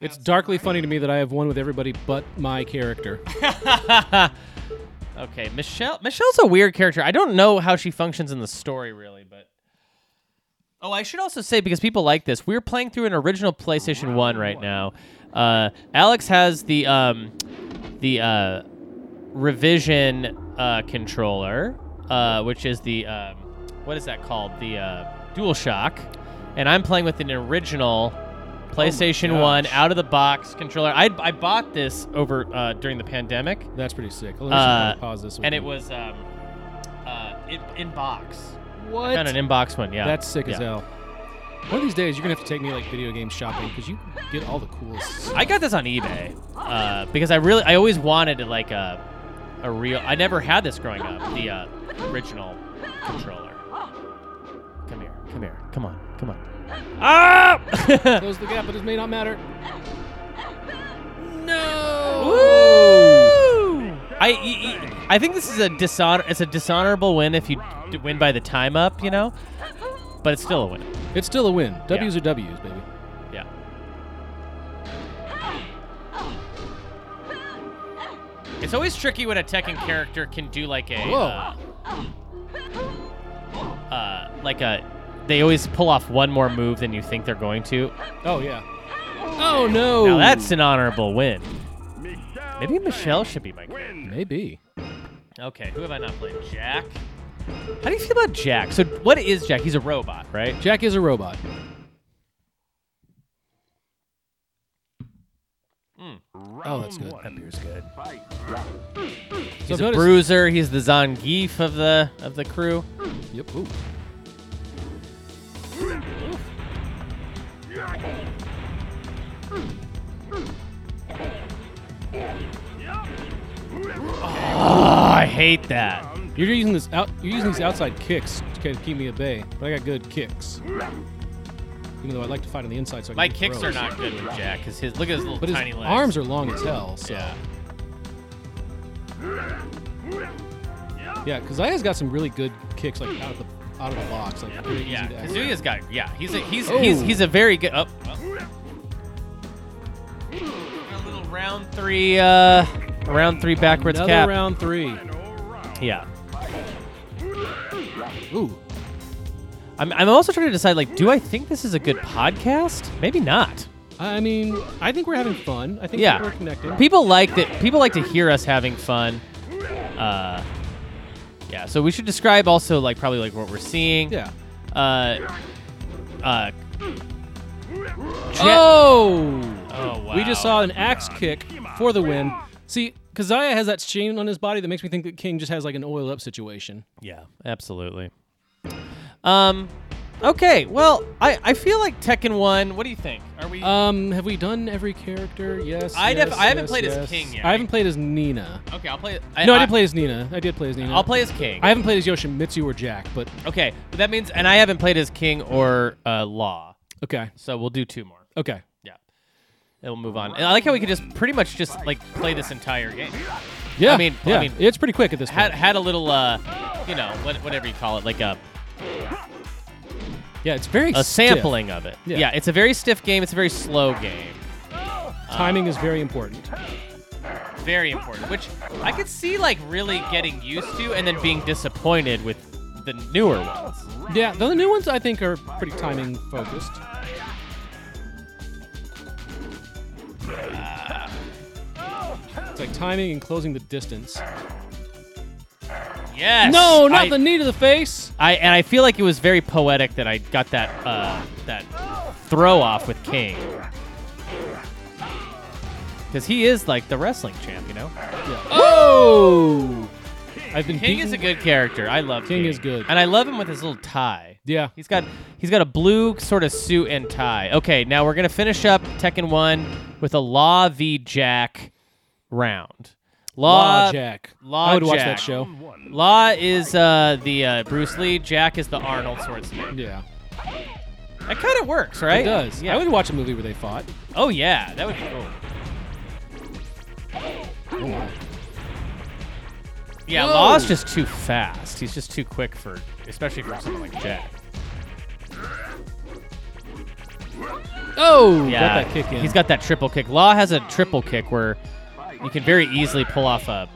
Speaker 2: It's darkly funny to me that I have won with everybody but my character.
Speaker 1: Okay, Michelle. Michelle's a weird character. I don't know how she functions in the story really, but. Oh, I should also say because people like this, we're playing through an original PlayStation One right now. Uh, Alex has the um, the uh, revision uh, controller, uh, which is the um, what is that called? The uh, DualShock, and I'm playing with an original PlayStation One
Speaker 2: gosh.
Speaker 1: out of the box controller. I, I bought this over uh, during the pandemic
Speaker 2: That's pretty sick. Let me
Speaker 1: Uh,
Speaker 2: just pause this. one.
Speaker 1: and it was um, uh, in, box.
Speaker 2: what?
Speaker 1: Found an inbox one, yeah.
Speaker 2: That's sick as
Speaker 1: Yeah.
Speaker 2: hell. One of these days, you're gonna have to take me like video game shopping because you get all the coolest. stuff.
Speaker 1: I got this on eBay uh, because I really, I always wanted like a, a real. I never had this growing up. The uh, original controller. Come here, come here, come on, come on. <laughs> Ah!
Speaker 2: Close the gap, but it may not matter.
Speaker 1: Woo! I, y- y- I think this is a dishonor. It's a dishonorable win if you d- win by the time up, you know. But it's still a win.
Speaker 2: It's still a win. W's are W's, baby.
Speaker 1: Yeah. It's always tricky when a Tekken character can do like a
Speaker 2: Whoa.
Speaker 1: uh, uh, like a they always pull off one more move than you think they're going to.
Speaker 2: Oh yeah. Oh no.
Speaker 1: Now that's an honorable win.
Speaker 3: Michelle
Speaker 1: Maybe Michelle
Speaker 3: Tang
Speaker 1: should be my character.
Speaker 3: wins.
Speaker 2: maybe.
Speaker 1: Okay, who have I not played? Jack. How do you feel about Jack? So what is Jack? He's a robot, right?
Speaker 2: Jack is a robot. Oh, that's good. That beer's good. So
Speaker 1: He's
Speaker 2: I've
Speaker 1: a
Speaker 2: noticed-
Speaker 1: bruiser. He's the Zangief of the of the crew.
Speaker 2: Yep. Ooh.
Speaker 1: Oh, I hate that.
Speaker 2: You're using this out. You're using these outside kicks to kind of keep me at bay, but I got good kicks. Even though I like to fight on the inside, so I can
Speaker 1: My
Speaker 2: do
Speaker 1: kicks are
Speaker 2: throws.
Speaker 1: not good with Jack. Cause his look at his little
Speaker 2: But his
Speaker 1: tiny legs.
Speaker 2: arms are long as hell. So
Speaker 1: Yeah.
Speaker 3: Yeah.
Speaker 2: Yeah, because Zaya's got some really good kicks like out of the out of the box. Like pretty easy
Speaker 1: Yeah,
Speaker 2: to access.
Speaker 1: Kazuya's got. Yeah, he's a, he's
Speaker 2: Oh.
Speaker 1: he's he's a very good. Oh, well. a little round three, uh, round three backwards
Speaker 2: Another
Speaker 1: cap.
Speaker 2: round three.
Speaker 3: Final round.
Speaker 1: Yeah,
Speaker 2: Ooh,
Speaker 1: I'm I'm also trying to decide like, do I think this is a good podcast? Maybe not.
Speaker 2: I mean, I think we're having fun. I think
Speaker 1: Yeah.
Speaker 2: we're connecting.
Speaker 1: People like that. People like to hear us having fun. Uh, yeah. So we should describe also like probably like what we're seeing.
Speaker 2: yeah.
Speaker 1: Uh. Uh. Jet-
Speaker 2: Oh.
Speaker 1: Oh, wow.
Speaker 2: We just saw an axe kick for the win. See, Kazaya has that sheen on his body that makes me think that King just has like an oil up situation.
Speaker 1: Yeah, absolutely. Um, okay. Well, I, I feel like Tekken One. What do you think? Are we?
Speaker 2: Um, have we done every character? Yes.
Speaker 1: I
Speaker 2: yes,
Speaker 1: def- I haven't
Speaker 2: yes,
Speaker 1: played as
Speaker 2: yes.
Speaker 1: King yet.
Speaker 2: I haven't played as Nina.
Speaker 1: okay, I'll play.
Speaker 2: no, I, did play as Nina. I did play as Nina.
Speaker 1: I'll play as King.
Speaker 2: I haven't played as Yoshimitsu or Jack, but
Speaker 1: okay, but that means, and I haven't played as King or uh, Law.
Speaker 2: okay,
Speaker 1: So we'll do two more.
Speaker 2: okay.
Speaker 1: Yeah, and we'll move on. And I like how we could just pretty much just like play this entire game.
Speaker 2: Yeah,
Speaker 1: I mean- I
Speaker 2: yeah.
Speaker 1: mean-
Speaker 2: it's pretty quick at this point.
Speaker 1: Had had a little uh, you know, what, whatever you call it, like a
Speaker 2: yeah, it's very
Speaker 1: a
Speaker 2: stiff.
Speaker 1: sampling of it.
Speaker 2: Yeah.
Speaker 1: yeah, it's a very stiff game. It's a very slow game.
Speaker 2: Timing is very important.
Speaker 1: very important, which I could see like really getting used to and then being disappointed with the newer ones.
Speaker 2: Yeah, though the new ones I think are pretty timing focused. It's like timing and closing the distance.
Speaker 1: Yes.
Speaker 2: No, not
Speaker 1: I,
Speaker 2: the knee to the face.
Speaker 1: I and I feel like it was very poetic that I got that uh, that throw off with King. Because he is like the wrestling champ, you know.
Speaker 2: Oh! I've been
Speaker 1: King
Speaker 2: beaten.
Speaker 1: is a good character. I love
Speaker 2: King is good.
Speaker 1: and I love him with his little tie.
Speaker 2: Yeah.
Speaker 1: He's got he's got a blue sort of suit and tie. Okay, now we're gonna finish up Tekken One with a Law v Jack round. Law,
Speaker 2: Law Jack.
Speaker 1: Law
Speaker 2: I would watch
Speaker 1: Jack.
Speaker 2: that show.
Speaker 1: Law is uh, the uh, Bruce Lee. Jack is the Arnold Schwarzenegger.
Speaker 2: Yeah.
Speaker 1: That kind of works, right?
Speaker 2: It does.
Speaker 1: Yeah.
Speaker 2: I would watch a movie where they fought.
Speaker 1: oh yeah, that would be cool.
Speaker 2: Oh my.
Speaker 1: Yeah,
Speaker 2: Whoa.
Speaker 1: Law's just too fast. He's just too quick for, especially for someone like Jack.
Speaker 2: Oh!
Speaker 1: Yeah,
Speaker 2: Got that kick in.
Speaker 1: He's got that triple kick. Law has a triple kick where you can very easily pull off a.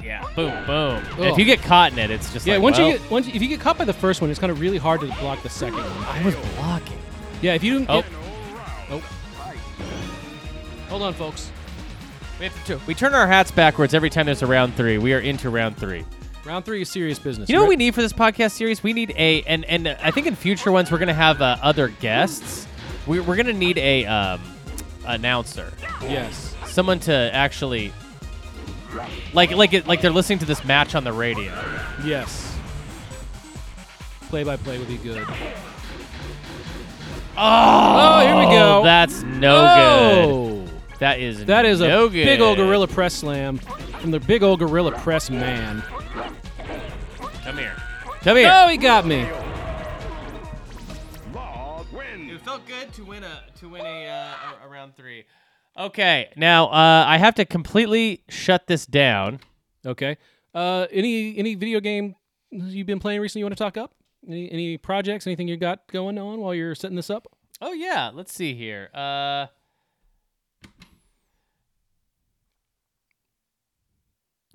Speaker 1: Yeah, boom, boom. And If
Speaker 2: Ugh.
Speaker 1: you get caught in it, it's just
Speaker 2: yeah,
Speaker 1: like,
Speaker 2: once
Speaker 1: well,
Speaker 2: you get once if you get caught by the first one, it's kind of really hard to block the second one.
Speaker 1: I was blocking.
Speaker 2: Yeah, if you didn't
Speaker 1: Oh.
Speaker 2: get- Hold on, folks.
Speaker 1: We, have to, we turn our hats backwards every time there's a round three. We are into round three.
Speaker 2: Round three is serious business.
Speaker 1: You know what we need for this podcast series? We need a and and uh, I think in future ones we're gonna have uh, other guests. We, we're gonna need a um, announcer,
Speaker 2: Yes.
Speaker 1: someone to actually like like it, like they're listening to this match on the radio.
Speaker 2: Yes. Play by play would be good.
Speaker 1: Oh,
Speaker 2: here we go.
Speaker 1: That's no good.
Speaker 2: oh,
Speaker 1: That is
Speaker 2: that is a
Speaker 1: no good.
Speaker 2: big old gorilla press slam from the big old gorilla press man.
Speaker 1: Come here. Come here.
Speaker 2: Oh, he got me.
Speaker 3: Law wins.
Speaker 1: felt good to win a to win a, uh, a round three. Okay, now uh, I have to completely shut this down.
Speaker 2: Okay. Uh, any any video game you've been playing recently you want to talk up? Any any projects? Anything you got going on while you're setting this up?
Speaker 1: Oh yeah, let's see here. Uh,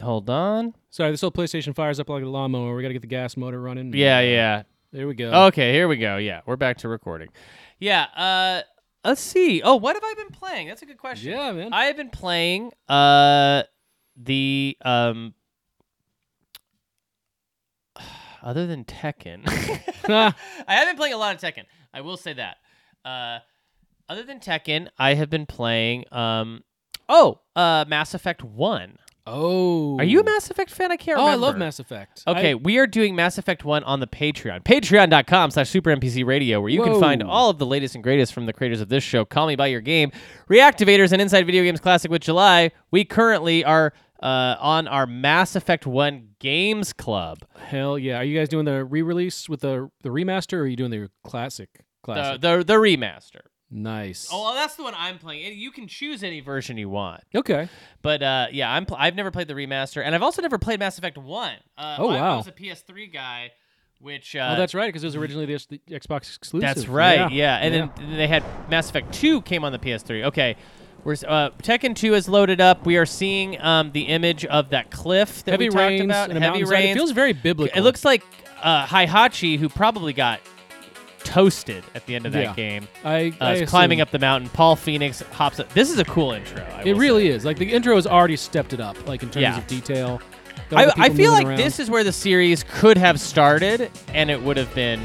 Speaker 1: hold on.
Speaker 2: Sorry, this old PlayStation fires up like a lawnmower. We got to get the gas motor running.
Speaker 1: Yeah, Oh, yeah.
Speaker 2: There we go.
Speaker 1: <laughs> Okay, here we go. Yeah, we're back to recording. Yeah. Uh, let's see. Oh, what have I been playing? That's a good question.
Speaker 2: Yeah, man.
Speaker 1: I have been playing uh the um <sighs> other than Tekken. <laughs> I have been playing a lot of Tekken. I will say that. Uh other than Tekken, I have been playing um oh, uh Mass Effect 1.
Speaker 2: oh.
Speaker 1: Are you a Mass Effect fan? I can't
Speaker 2: Oh,
Speaker 1: remember.
Speaker 2: I love Mass Effect.
Speaker 1: Okay,
Speaker 2: I-
Speaker 1: we are doing Mass Effect 1 on the Patreon. Patreon.com slash Super NPC Radio, where you can find
Speaker 2: Whoa.
Speaker 1: all of the latest and greatest from the creators of this show, Call Me By Your Game, Reactivators, and Inside Video Games Classic with July. We currently are uh, on our Mass Effect 1 Games Club.
Speaker 2: Hell yeah! Are you guys doing the re-release with the the remaster, or are you doing the classic?
Speaker 1: Uh, The,
Speaker 2: Classic.
Speaker 1: the, the remaster.
Speaker 2: Nice.
Speaker 1: Oh, well, that's the one I'm playing. And You can choose any version you want.
Speaker 2: okay.
Speaker 1: But uh, yeah, I'm pl- I've never played the remaster, and I've also never played Mass Effect One. Uh,
Speaker 2: Oh,
Speaker 1: I
Speaker 2: wow.
Speaker 1: was a PS3 guy, which
Speaker 2: Oh,
Speaker 1: uh,
Speaker 2: that's right, because it was originally the, the Xbox exclusive.
Speaker 1: that's right, yeah. And
Speaker 2: Yeah.
Speaker 1: then they had Mass Effect Two came on the PS3. Okay, we're s- uh, Tekken Two is loaded up. We are seeing um, the image of that cliff that
Speaker 2: Heavy
Speaker 1: we talked
Speaker 2: rains
Speaker 1: about.
Speaker 2: and a
Speaker 1: heavy
Speaker 2: mountainside.
Speaker 1: rains.
Speaker 2: It feels very biblical.
Speaker 1: It looks like uh, Hihachi, who probably got toasted at the end of that
Speaker 2: Yeah.
Speaker 1: game,
Speaker 2: I,
Speaker 1: uh,
Speaker 2: I
Speaker 1: is climbing
Speaker 2: assume.
Speaker 1: up the mountain. Paul Phoenix hops up. This is a cool intro. I
Speaker 2: It
Speaker 1: will
Speaker 2: really is. Like the intro has already stepped it up, like in terms
Speaker 1: Yeah.
Speaker 2: of detail. Got
Speaker 1: I,
Speaker 2: the
Speaker 1: I
Speaker 2: people
Speaker 1: feel like
Speaker 2: moving around.
Speaker 1: this is where the series could have started and it would have been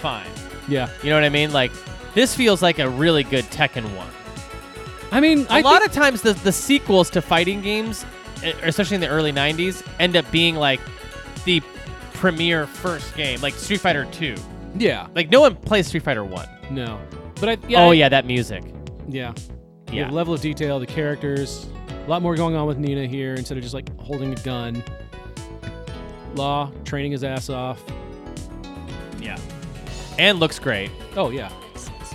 Speaker 1: fine.
Speaker 2: Yeah.
Speaker 1: You know what I mean? Like, this feels like a really good Tekken 1.
Speaker 2: I mean,
Speaker 1: A
Speaker 2: I
Speaker 1: lot
Speaker 2: think,
Speaker 1: of times, the, the sequels to fighting games, e- especially in the early 90s, end up being like the premier first game, like Street Fighter 2.
Speaker 2: yeah.
Speaker 1: Like, no one plays Street Fighter 1.
Speaker 2: No. But I yeah.
Speaker 1: oh,
Speaker 2: I-
Speaker 1: yeah, that music.
Speaker 2: Yeah.
Speaker 1: Yeah.
Speaker 2: The level of detail, the characters, a lot more going on with Nina here instead of just like holding a gun. Law training his ass off.
Speaker 1: Yeah. And looks great.
Speaker 2: Oh yeah.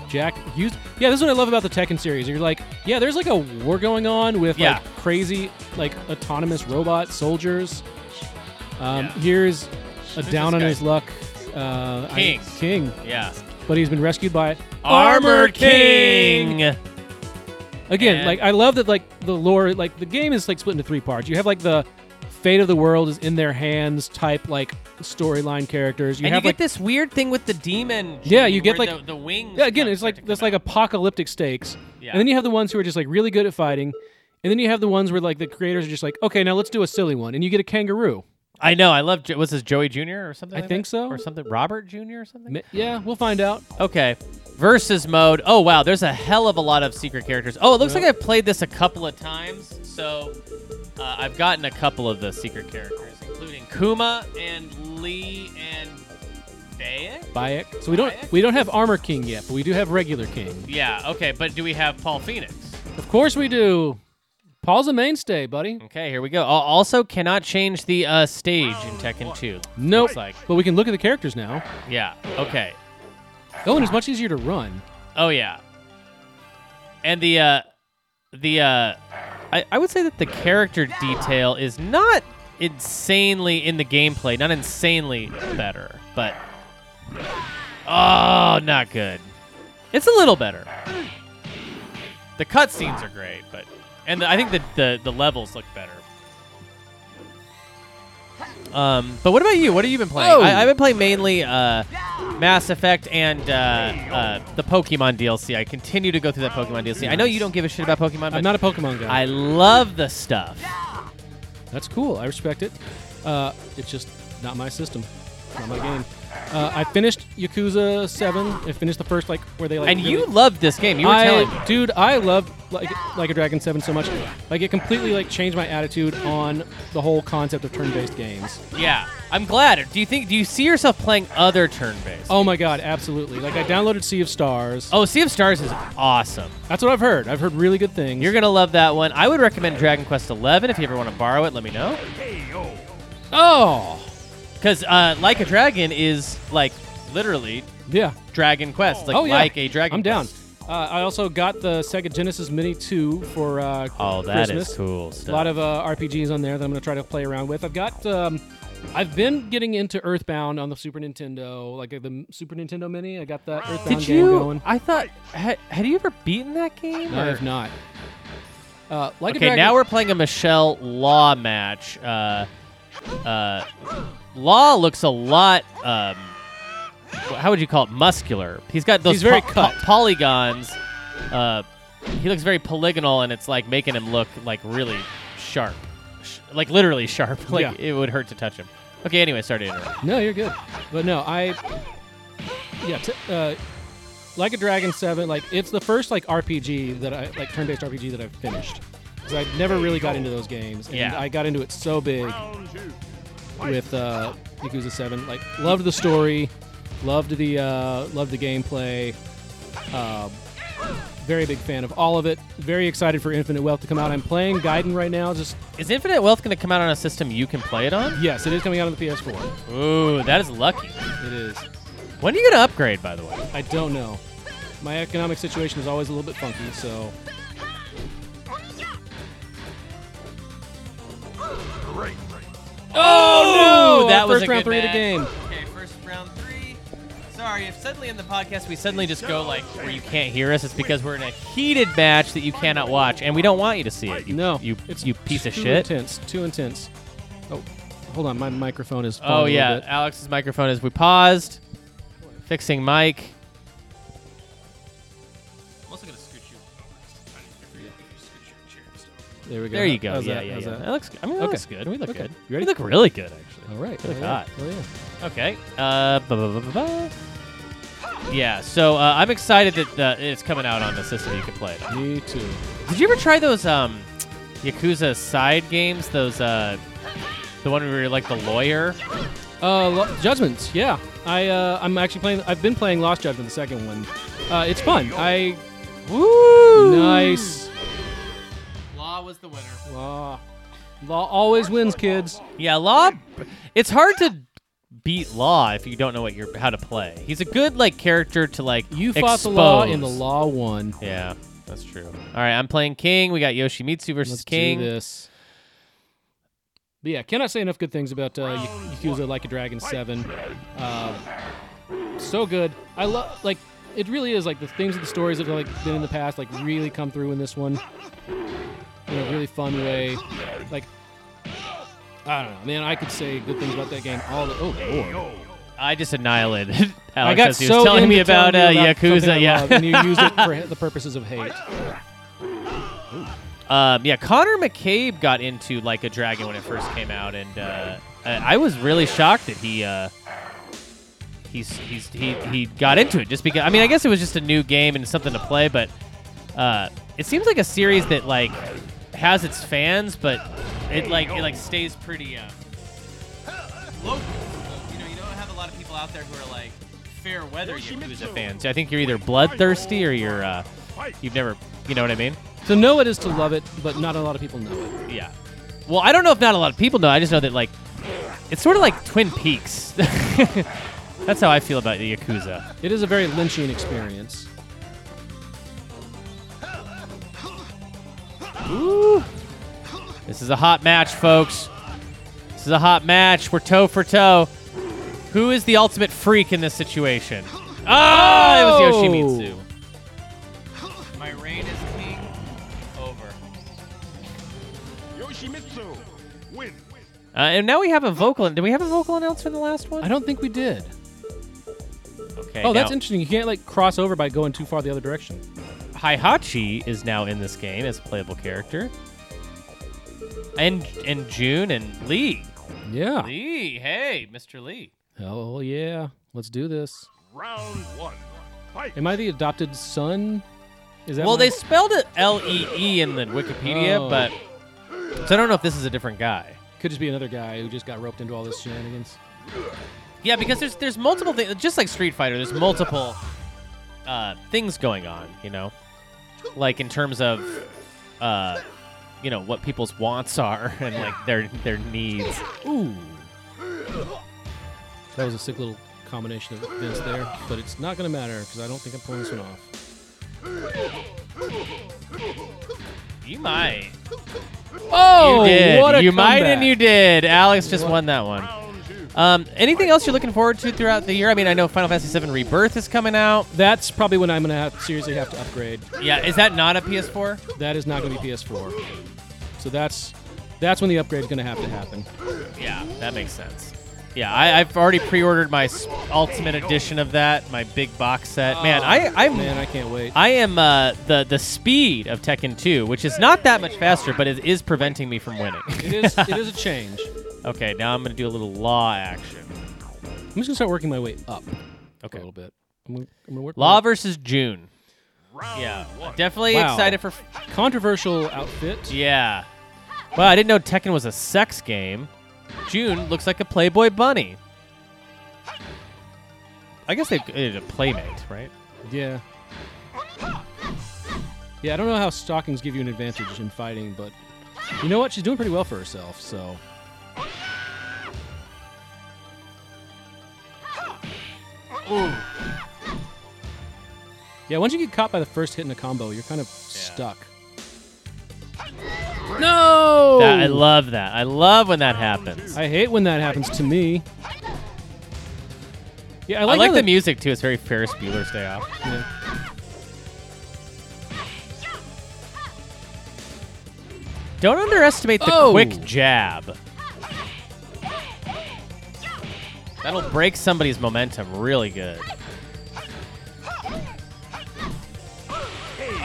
Speaker 2: Jack used Yeah, this is what I love about the Tekken series. You're like, yeah, there's like a war going on with
Speaker 1: Yeah.
Speaker 2: like crazy like autonomous robot soldiers. Um,
Speaker 1: Yeah.
Speaker 2: here's a
Speaker 1: this
Speaker 2: down on
Speaker 1: guy?
Speaker 2: his luck uh, I-
Speaker 1: King.
Speaker 2: King,
Speaker 1: Yeah.
Speaker 2: but he's been rescued by
Speaker 1: Armor King!
Speaker 2: Again,
Speaker 1: And-
Speaker 2: like I love that like the lore like the game is like split into three parts. You have like the fate of the world is in their hands type like storyline characters. You
Speaker 1: and you
Speaker 2: have
Speaker 1: get
Speaker 2: like
Speaker 1: this weird thing with the demon.
Speaker 2: Yeah,
Speaker 1: genie
Speaker 2: you get,
Speaker 1: where
Speaker 2: like-
Speaker 1: the, the wings.
Speaker 2: yeah, again,
Speaker 1: kind of
Speaker 2: it's
Speaker 1: start
Speaker 2: like
Speaker 1: to
Speaker 2: that's
Speaker 1: come
Speaker 2: like
Speaker 1: out.
Speaker 2: apocalyptic stakes.
Speaker 1: Yeah.
Speaker 2: And then you have the ones who are just like really good at fighting. And then you have the ones where like the creators are just like, okay, now let's do a silly one, and you get a kangaroo.
Speaker 1: I know. I love. Jo- Was this Joey Jr. or something?
Speaker 2: I
Speaker 1: like
Speaker 2: think
Speaker 1: that?
Speaker 2: so.
Speaker 1: Or something. Robert Jr. or something.
Speaker 2: Ma- Yeah, we'll find out.
Speaker 1: Okay. Versus mode. Oh wow, there's a hell of a lot of secret characters. Oh, it looks
Speaker 2: Yeah.
Speaker 1: like I've played this a couple of times, so uh, I've gotten a couple of the secret characters, including Kuma and Lee and Bayek.
Speaker 2: Bayek. So we don't
Speaker 1: Bayek?
Speaker 2: we don't have Armor King yet, but we do have regular King.
Speaker 1: Yeah. Okay, but do we have Paul Phoenix?
Speaker 2: Of course we do. Paul's a mainstay, buddy.
Speaker 1: Okay, here we go. Al- Also, cannot change the uh, stage in Tekken 2.
Speaker 2: Nope.
Speaker 1: Looks like.
Speaker 2: But we can look at the characters now.
Speaker 1: Yeah. Okay.
Speaker 2: Oh, and it's much easier to run.
Speaker 1: Oh yeah. And the uh the uh I, I would say that the character detail is not insanely in the gameplay, not insanely better, but Oh, not good. It's a little better. The cutscenes are great, but and I think the, the the levels look better. Um, but what about you? What have you been playing?
Speaker 2: Oh.
Speaker 1: I, I've been playing mainly uh, Mass Effect and uh, uh, the Pokemon DLC. I continue to go through that Pokemon DLC. I know you don't give a shit about Pokemon,
Speaker 2: I'm
Speaker 1: but
Speaker 2: not a Pokemon guy.
Speaker 1: I love the stuff.
Speaker 2: That's cool. I respect it. Uh, it's just not my system. Not my game. Uh, I finished Yakuza Seven. I finished the first like where they like.
Speaker 1: And
Speaker 2: really-
Speaker 1: you loved this game. You were
Speaker 2: I,
Speaker 1: telling me.
Speaker 2: dude, I love like like a Dragon Seven so much. Like it completely like changed my attitude on the whole concept of turn-based games.
Speaker 1: Yeah, I'm glad. Do you think? Do you see yourself playing other turn-based?
Speaker 2: Oh my god, absolutely! Like I downloaded Sea of Stars.
Speaker 1: Oh, Sea of Stars is awesome.
Speaker 2: That's what I've heard. I've heard really good things.
Speaker 1: You're gonna love that one. I would recommend Dragon Quest XI if you ever want to borrow it. Let me know,
Speaker 3: KO.
Speaker 2: oh
Speaker 1: because uh, Like a Dragon is like literally
Speaker 2: yeah.
Speaker 1: Dragon Quest, like
Speaker 2: oh yeah.
Speaker 1: like a Dragon.
Speaker 2: I'm down.
Speaker 1: Quest.
Speaker 2: Uh, I also got the Sega Genesis Mini 2 for uh,
Speaker 1: Oh, that is
Speaker 2: Christmas.
Speaker 1: cool
Speaker 2: A
Speaker 1: stuff.
Speaker 2: lot of uh, RPGs on there that I'm going to try to play around with. I've got, um, I've been getting into Earthbound on the Super Nintendo, like uh, the Super Nintendo Mini. I got that Earthbound
Speaker 1: Did
Speaker 2: game
Speaker 1: you?
Speaker 2: going.
Speaker 1: I thought had, had you ever beaten that game?
Speaker 2: No, I
Speaker 1: or-
Speaker 2: have not. Uh, like
Speaker 1: Okay, now
Speaker 2: a Dragon-
Speaker 1: we're playing a Michelle Law match. Uh, uh, Law looks a lot. Um, wh- how would you call it? Muscular. He's got those
Speaker 2: He's very
Speaker 1: po-
Speaker 2: cut.
Speaker 1: po- polygons. Uh, he looks very polygonal, and it's like making him look like really sharp, Sh- like literally <laughs> sharp. Like
Speaker 2: Yeah.
Speaker 1: it would hurt to touch him. Okay, anyway, sorry to interrupt.
Speaker 2: No, you're good. But no, I. Yeah, t- uh, like a Dragon Seven, like it's the first like RPG that I like turn-based RPG that I've finished. Because I never really got into those games, and
Speaker 1: Yeah.
Speaker 2: I got into it so big
Speaker 3: Round two.
Speaker 2: with uh, Yakuza Seven. Like, loved the story, loved the uh, loved the gameplay. Um very big fan of all of it. Very excited for Infinite Wealth to come out. I'm playing Gaiden right now. Just
Speaker 1: Is Infinite Wealth going to come out on a system you can play it on?
Speaker 2: yes, it is coming out on the PS4.
Speaker 1: Ooh, that is lucky.
Speaker 2: It is.
Speaker 1: When are you going to upgrade, by the way?
Speaker 2: I don't know. my economic situation is always a little bit funky, so
Speaker 3: Great.
Speaker 1: Oh,
Speaker 2: our
Speaker 1: that was
Speaker 2: first
Speaker 1: a
Speaker 2: round
Speaker 1: good
Speaker 2: three of the
Speaker 1: match.
Speaker 2: game.
Speaker 1: Okay, first round three. Sorry, if suddenly in the podcast we suddenly just go like where you can't hear us, it's because we're in a heated match that you cannot watch, and we don't want you to see it. You,
Speaker 2: no,
Speaker 1: you
Speaker 2: it's
Speaker 1: you piece of
Speaker 2: too
Speaker 1: shit.
Speaker 2: Intense, too intense. Oh, hold on, my microphone is. falling a
Speaker 1: Oh
Speaker 2: little
Speaker 1: yeah,
Speaker 2: bit.
Speaker 1: Alex's microphone is we paused, fixing mic. I'm also gonna scoot you.
Speaker 2: there we go.
Speaker 1: There you go.
Speaker 2: How's
Speaker 1: yeah,
Speaker 2: that?
Speaker 1: yeah,
Speaker 2: How's
Speaker 1: yeah.
Speaker 2: that?
Speaker 1: That? looks. I mean, that
Speaker 2: Okay.
Speaker 1: looks good. We look
Speaker 2: Okay.
Speaker 1: good.
Speaker 2: You ready?
Speaker 1: We look really good actually.
Speaker 2: All right.
Speaker 1: We look
Speaker 2: all
Speaker 1: hot.
Speaker 2: right. Oh, yeah.
Speaker 1: Okay. Uh, ba- ba- ba- ba- ba. Yeah. So uh, I'm excited that uh, it's coming out on the system. You can play it.
Speaker 2: Me too.
Speaker 1: Did you ever try those um, Yakuza side games? Those uh, the one where you're like the lawyer.
Speaker 2: Uh, Lo- Judgments. Yeah, I uh, I'm actually playing. I've been playing Lost Judgment, the second one. Uh, it's fun. I
Speaker 1: Woo!
Speaker 2: nice.
Speaker 1: Law was the winner.
Speaker 2: Law, law always wins, kids.
Speaker 1: Yeah, Law. It's hard to beat Law if you don't know what you're how to play. He's a good like character to like.
Speaker 2: You fought the law, and the
Speaker 1: expose.
Speaker 2: law won.
Speaker 1: Yeah, that's true. All right, I'm playing King. We got Yoshimitsu versus
Speaker 2: Let's
Speaker 1: King.
Speaker 2: do this. But yeah, cannot say enough good things about uh, Yak- Yakuza Like a Dragon Seven. Uh, so good. I love like it really is like the things of the stories that have like been in the past like really come through in this one in a really fun way. Like I don't know, man. I could say good things about that game all the oh lord.
Speaker 1: I just annihilated. Alex
Speaker 2: I got
Speaker 1: as he
Speaker 2: so
Speaker 1: was telling
Speaker 2: into
Speaker 1: me about,
Speaker 2: telling you
Speaker 1: uh,
Speaker 2: something I
Speaker 1: Yakuza. Yeah,
Speaker 2: love, and you used it for the purposes of hate.
Speaker 1: Um, yeah, Connor McCabe got into Like a Dragon when it first came out, and uh, I I was really shocked that he uh, he's he's he, he got into it just because. I mean, I guess it was just a new game and something to play, but uh, it seems like a series that like has its fans, but it like it like stays pretty uh, local. You know, you don't have a lot of people out there who are like fair weather Yakuza fans. I think you're either bloodthirsty or you're uh, you've never. You know what I mean?
Speaker 2: To know it is to love it, but not a lot of people know it.
Speaker 1: Yeah. Well, I don't know if not a lot of people know. I just know that like it's sort of like Twin Peaks. <laughs> That's how I feel about the Yakuza.
Speaker 2: It is a very Lynchian experience.
Speaker 1: This is a hot match, folks. This is a hot match. We're toe for toe. Who is the ultimate freak in this situation? Ah, it was
Speaker 2: Oh!
Speaker 1: Yoshimitsu. Oh! My reign is king. Over.
Speaker 3: Yoshimitsu win.
Speaker 1: Uh, and now we have a vocal. Did we have a vocal announcer in the last one?
Speaker 2: I don't think we did.
Speaker 1: Okay.
Speaker 2: Oh, that's
Speaker 1: now,
Speaker 2: interesting. You can't like cross over by going too far the other direction.
Speaker 1: Hihachi is now in this game as a playable character. And and June and Lee.
Speaker 2: Yeah.
Speaker 1: Lee, hey, Mr. Lee.
Speaker 2: Oh yeah. Let's do this.
Speaker 3: Round one. Fight.
Speaker 2: Am I the adopted son? Is that
Speaker 1: Well,
Speaker 2: my-
Speaker 1: they spelled it L E E in the Wikipedia,
Speaker 2: Oh.
Speaker 1: but so I don't know if this is a different guy.
Speaker 2: could just be another guy who just got roped into all this shenanigans.
Speaker 1: Yeah, because there's there's multiple things, just like Street Fighter. There's multiple uh, things going on, you know, like in terms of uh, you know what people's wants are <laughs> and like their their needs.
Speaker 2: Ooh. That was a sick little combination of events there, but it's not gonna matter because I don't think I'm pulling this one off.
Speaker 1: You might,
Speaker 2: Oh,
Speaker 1: you did,
Speaker 2: what a
Speaker 1: you might,
Speaker 2: comeback.
Speaker 1: and you did. Alex just won that one.
Speaker 3: Round two.
Speaker 2: Uh,
Speaker 1: Um, anything else you're looking forward to throughout the year? I mean, I know Final Fantasy VII Rebirth is coming out.
Speaker 2: That's probably when I'm gonna have, seriously have to upgrade.
Speaker 1: Yeah, is that not a PS4?
Speaker 2: That is not gonna be PS4. So that's that's when the upgrade's gonna have to happen.
Speaker 1: Yeah, that makes sense. Yeah, I, I've already pre-ordered my s- ultimate edition of that, my big box set. Man,
Speaker 2: Oh.
Speaker 1: I, I'm,
Speaker 2: Man, I can't wait.
Speaker 1: I am uh, the the speed of Tekken 2, which is not that much faster, but it is preventing me from winning.
Speaker 2: It is it is a change.
Speaker 1: <laughs> okay, now I'm gonna do a little law action.
Speaker 2: I'm just gonna start working my way up a
Speaker 1: Okay,
Speaker 2: little bit. I'm gonna, I'm gonna work my
Speaker 1: Law
Speaker 2: way-
Speaker 1: versus June.
Speaker 3: Round
Speaker 1: Yeah,
Speaker 3: one.
Speaker 1: definitely
Speaker 2: Wow.
Speaker 1: excited for.
Speaker 2: controversial outfit.
Speaker 1: Yeah. Well, I didn't know Tekken was a sex game. June looks like a Playboy bunny. I guess they it's a playmate, right?
Speaker 2: Yeah. Yeah, I don't know how stockings give you an advantage in fighting, but you know what? She's doing pretty well for herself. So Yeah, once you get caught by the first hit in a combo, you're kind of stuck.
Speaker 4: No.
Speaker 1: That- I love that. I love when that happens.
Speaker 2: I hate when that happens to me. Yeah, I
Speaker 1: I
Speaker 2: like,
Speaker 1: like
Speaker 2: how
Speaker 1: the music too. It's very Ferris Bueller's Day Off. Don't underestimate the
Speaker 4: Oh.
Speaker 1: quick jab. That'll break somebody's momentum really good.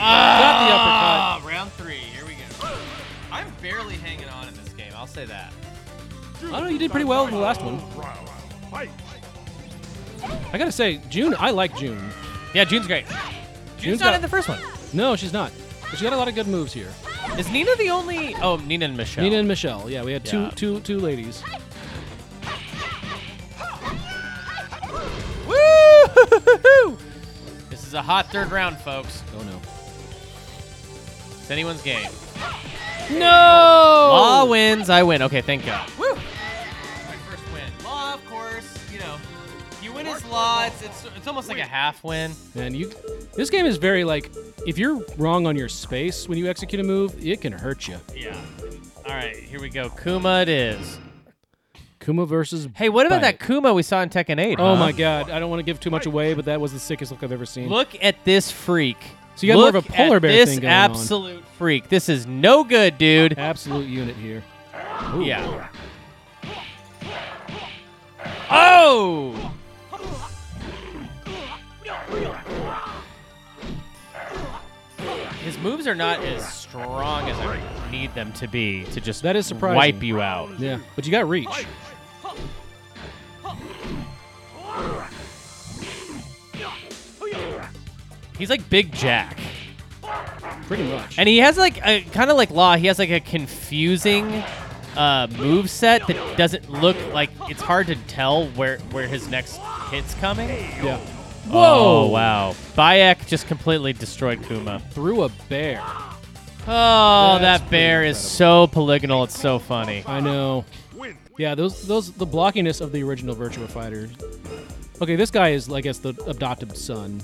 Speaker 1: Ah, round three. Here we go. I'm barely hanging on in this game. I'll say that.
Speaker 2: I don't know. You did pretty well in the last one.
Speaker 3: Round. Fight.
Speaker 2: I gotta say, June. I like June.
Speaker 1: Yeah, June's great. June's
Speaker 2: June's
Speaker 1: not
Speaker 2: got-
Speaker 1: in the first one.
Speaker 2: No, she's not. But she got a lot of good moves here.
Speaker 1: Is Nina the only? Oh, Nina and Michelle.
Speaker 2: Nina and Michelle. Yeah, we had two,
Speaker 1: Yeah.
Speaker 2: two, two ladies.
Speaker 1: Woo! This is a hot third round, folks.
Speaker 2: Oh no.
Speaker 1: It's anyone's game.
Speaker 2: No.
Speaker 1: Law wins, I win. Okay, thank God. Woo! My first win. Law, of course, you know, you win as law. It's it's, it's almost like a half win.
Speaker 2: Man, you. This game is very like, if you're wrong on your space when you execute a move, it can hurt you.
Speaker 1: Yeah. All right, here we go. Kuma it is.
Speaker 2: Kuma versus.
Speaker 1: Hey, what about
Speaker 2: Bite.
Speaker 1: that Kuma we saw in Tekken 8?
Speaker 2: Oh
Speaker 1: huh?
Speaker 2: my God! I don't want to give too much away, but that was the sickest look I've ever seen.
Speaker 1: Look at this freak.
Speaker 2: So you got more
Speaker 1: Look
Speaker 2: of a polar
Speaker 1: at
Speaker 2: bear
Speaker 1: this
Speaker 2: thing going on.
Speaker 1: absolute freak. This is no good, dude.
Speaker 2: Absolute unit here.
Speaker 1: Yeah. Oh! His moves are not as strong as I need them to be to just
Speaker 2: That is surprising.
Speaker 1: wipe you out.
Speaker 2: Yeah, but you got reach.
Speaker 1: He's like Big Jack.
Speaker 2: Pretty much.
Speaker 1: And he has like a kind of like Law, he has like a confusing uh, move set that doesn't look like it's hard to tell where where his next hit's coming.
Speaker 2: yeah.
Speaker 1: Whoa! Oh, wow. Bayek just completely destroyed Kuma.
Speaker 2: Through a bear.
Speaker 1: Oh,
Speaker 2: That's
Speaker 1: that bear
Speaker 2: pretty
Speaker 1: is so polygonal. It's so funny.
Speaker 2: I know.
Speaker 3: Win.
Speaker 2: Yeah, those those the blockiness of the original Virtua Fighter. Okay, this guy is I guess the adopted son.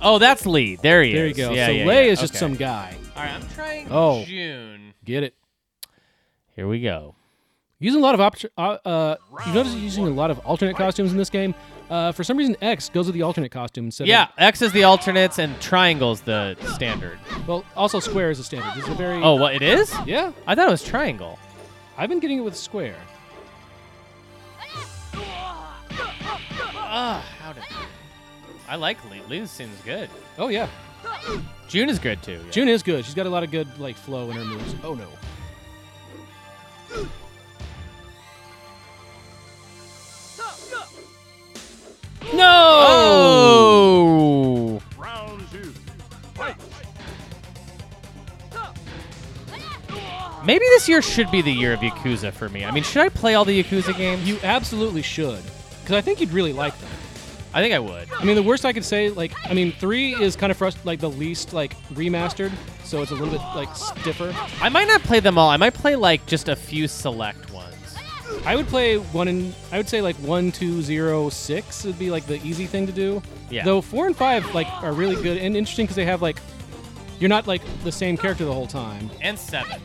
Speaker 1: Oh, that's Lee. There he
Speaker 2: There you
Speaker 1: is.
Speaker 2: go.
Speaker 1: Yeah,
Speaker 2: so
Speaker 1: yeah,
Speaker 2: Lei
Speaker 1: yeah.
Speaker 2: is just
Speaker 1: Okay.
Speaker 2: some guy.
Speaker 1: All right, I'm trying
Speaker 2: Oh.
Speaker 1: June.
Speaker 2: Get it?
Speaker 1: Here we go.
Speaker 2: Using a lot of op- uh, uh, you notice he's using a lot of alternate costumes in this game. Uh, for some reason, X goes with the alternate costume instead.
Speaker 1: Yeah, X is the alternates and triangle's the standard.
Speaker 2: Of, well, also square is a standard. This is a very.
Speaker 1: Oh, what it is?
Speaker 2: Yeah,
Speaker 1: I thought it was triangle.
Speaker 2: I've been getting it with square.
Speaker 1: Ah, how did I like Lee. Lee seems good.
Speaker 2: Oh yeah,
Speaker 1: June is good too. yeah.
Speaker 2: June is good. She's got a lot of good like flow in her moves. Oh no.
Speaker 1: Oh.
Speaker 3: Round two. Fight.
Speaker 1: Maybe this year should be the year of Yakuza for me. I mean, should I play all the Yakuza games?
Speaker 2: You absolutely should, because I think you'd really like them.
Speaker 1: I think I would.
Speaker 2: I mean, the worst I could say, like, I mean, three is kind of frust- like the least like remastered, so it's a little bit like stiffer.
Speaker 1: I might not play them all. I might play like just a few select ones.
Speaker 2: I would play one and I would say like one, two, zero, six would be like the easy thing to do.
Speaker 1: Yeah.
Speaker 2: Though four and five like are really good and interesting because they have like you're not like the same character the whole time.
Speaker 1: And seven.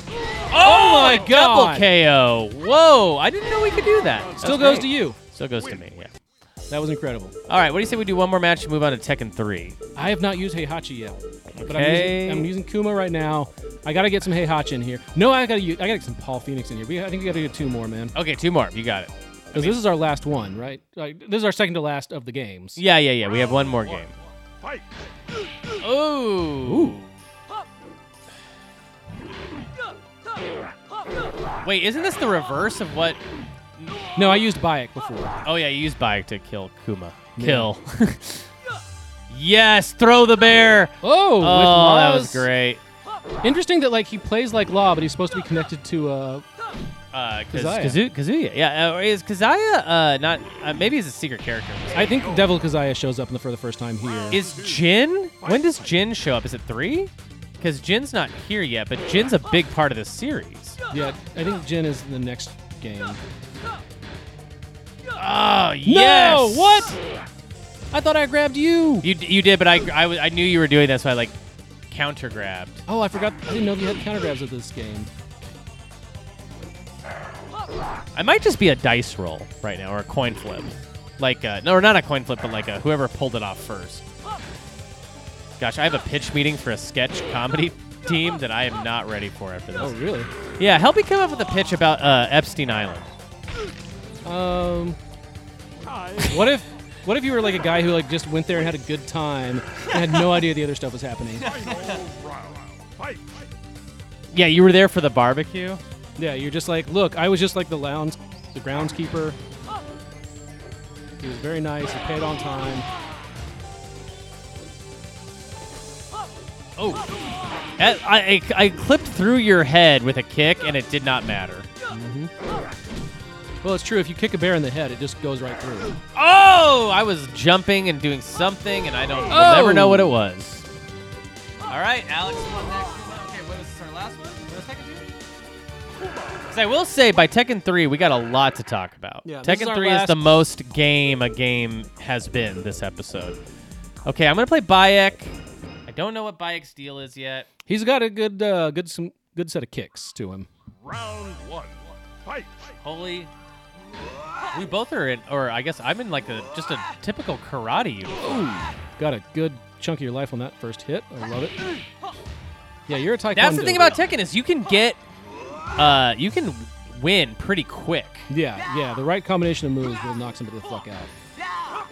Speaker 2: Oh,
Speaker 1: my Double KO. Whoa! I didn't know we could do that.
Speaker 2: Still goes to you.
Speaker 1: Still goes to me. Yeah.
Speaker 2: That was incredible.
Speaker 1: All right. What do you say we do one more match and move on to Tekken three?
Speaker 2: I have not used Heihachi yet, but I'm
Speaker 1: Okay.
Speaker 2: using, I'm using Kuma right now. I gotta get some Heihachi in here. No, I gotta use, I gotta get some Paul Phoenix in here. We, I think we gotta get two more, man.
Speaker 1: Okay, two more. You got it.
Speaker 2: Because this is our last one, right? Like, this is our second to last of the games.
Speaker 1: Yeah, yeah, yeah. We have one more game.
Speaker 3: Fight.
Speaker 1: Oh. Wait, isn't this the reverse of what?
Speaker 2: No, I used Bayek before.
Speaker 1: Oh yeah, you use Bayek to kill Kuma. Kill. <laughs> yes, throw the bear.
Speaker 2: Oh, with
Speaker 1: Oh, that was
Speaker 2: Maz.
Speaker 1: great.
Speaker 2: Interesting that like he plays like Law, but he's supposed to be connected to. Uh,
Speaker 1: Uh, Kaz-
Speaker 2: Kazuya.
Speaker 1: Kazu- Kazuya. Yeah, uh, or is Kazuya uh, not? Uh, maybe he's a secret character.
Speaker 2: I think Devil Kazuya shows up in the, for the first time here.
Speaker 1: Is Jin? When does Jin show up? Is it three? Because Jin's not here yet, but Jin's a big part of the series.
Speaker 2: yeah, I think Jin is in the next game.
Speaker 1: Oh yes!
Speaker 2: what? I thought I grabbed you.
Speaker 1: You, d- you did, but I, I, w- I knew you were doing that, so I like counter grabbed.
Speaker 2: Oh, I forgot. I didn't know you had counter grabs at this game.
Speaker 1: I might just be a dice roll right now or a coin flip. Like, uh, no, or not a coin flip, but like a, whoever pulled it off first. Gosh, I have a pitch meeting for a sketch comedy team that I am not ready for after
Speaker 2: Oh,
Speaker 1: this.
Speaker 2: really?
Speaker 1: Yeah, help me come up with a pitch about uh, Epstein Island.
Speaker 2: Um,
Speaker 3: Time.
Speaker 2: what if, what if you were like a guy who like just went there and had a good time and had no idea the other stuff was happening? <laughs>
Speaker 3: Final round. Fight.
Speaker 1: Yeah, you were there for the barbecue.
Speaker 2: Yeah, you're just like, look, I was just like the lounge, the groundskeeper. He was very nice. He paid on time.
Speaker 1: Oh, I, I, I clipped through your head with a kick, and it did not matter.
Speaker 2: Well, it's true. If you kick a bear in the head, it just goes right through.
Speaker 1: Oh, I was jumping and doing something, and I don't will never know what it was. All right, Alex won next. Okay, what was this, our last one? Our second two? 'Cause I will say, by Tekken 3, we got a lot to talk about.
Speaker 2: Yeah, this is
Speaker 1: Tekken
Speaker 2: our
Speaker 1: 3 is
Speaker 2: last-
Speaker 1: the most game a game has been this episode. Okay, I'm going to play Bayek. I don't know what Bayek's deal is yet.
Speaker 2: He's got a good, uh, good, some good set of kicks to him.
Speaker 3: Round one. Fight.
Speaker 1: Holy. We both are in, or I guess I'm in like a just a typical karate uniform.
Speaker 2: Got a good chunk of your life on that first hit. I love it. Yeah, you're a taekwondo.
Speaker 1: That's the thing about Tekken is you can get, uh, you can win pretty quick.
Speaker 2: Yeah, yeah. The right combination of moves will knock somebody the fuck out.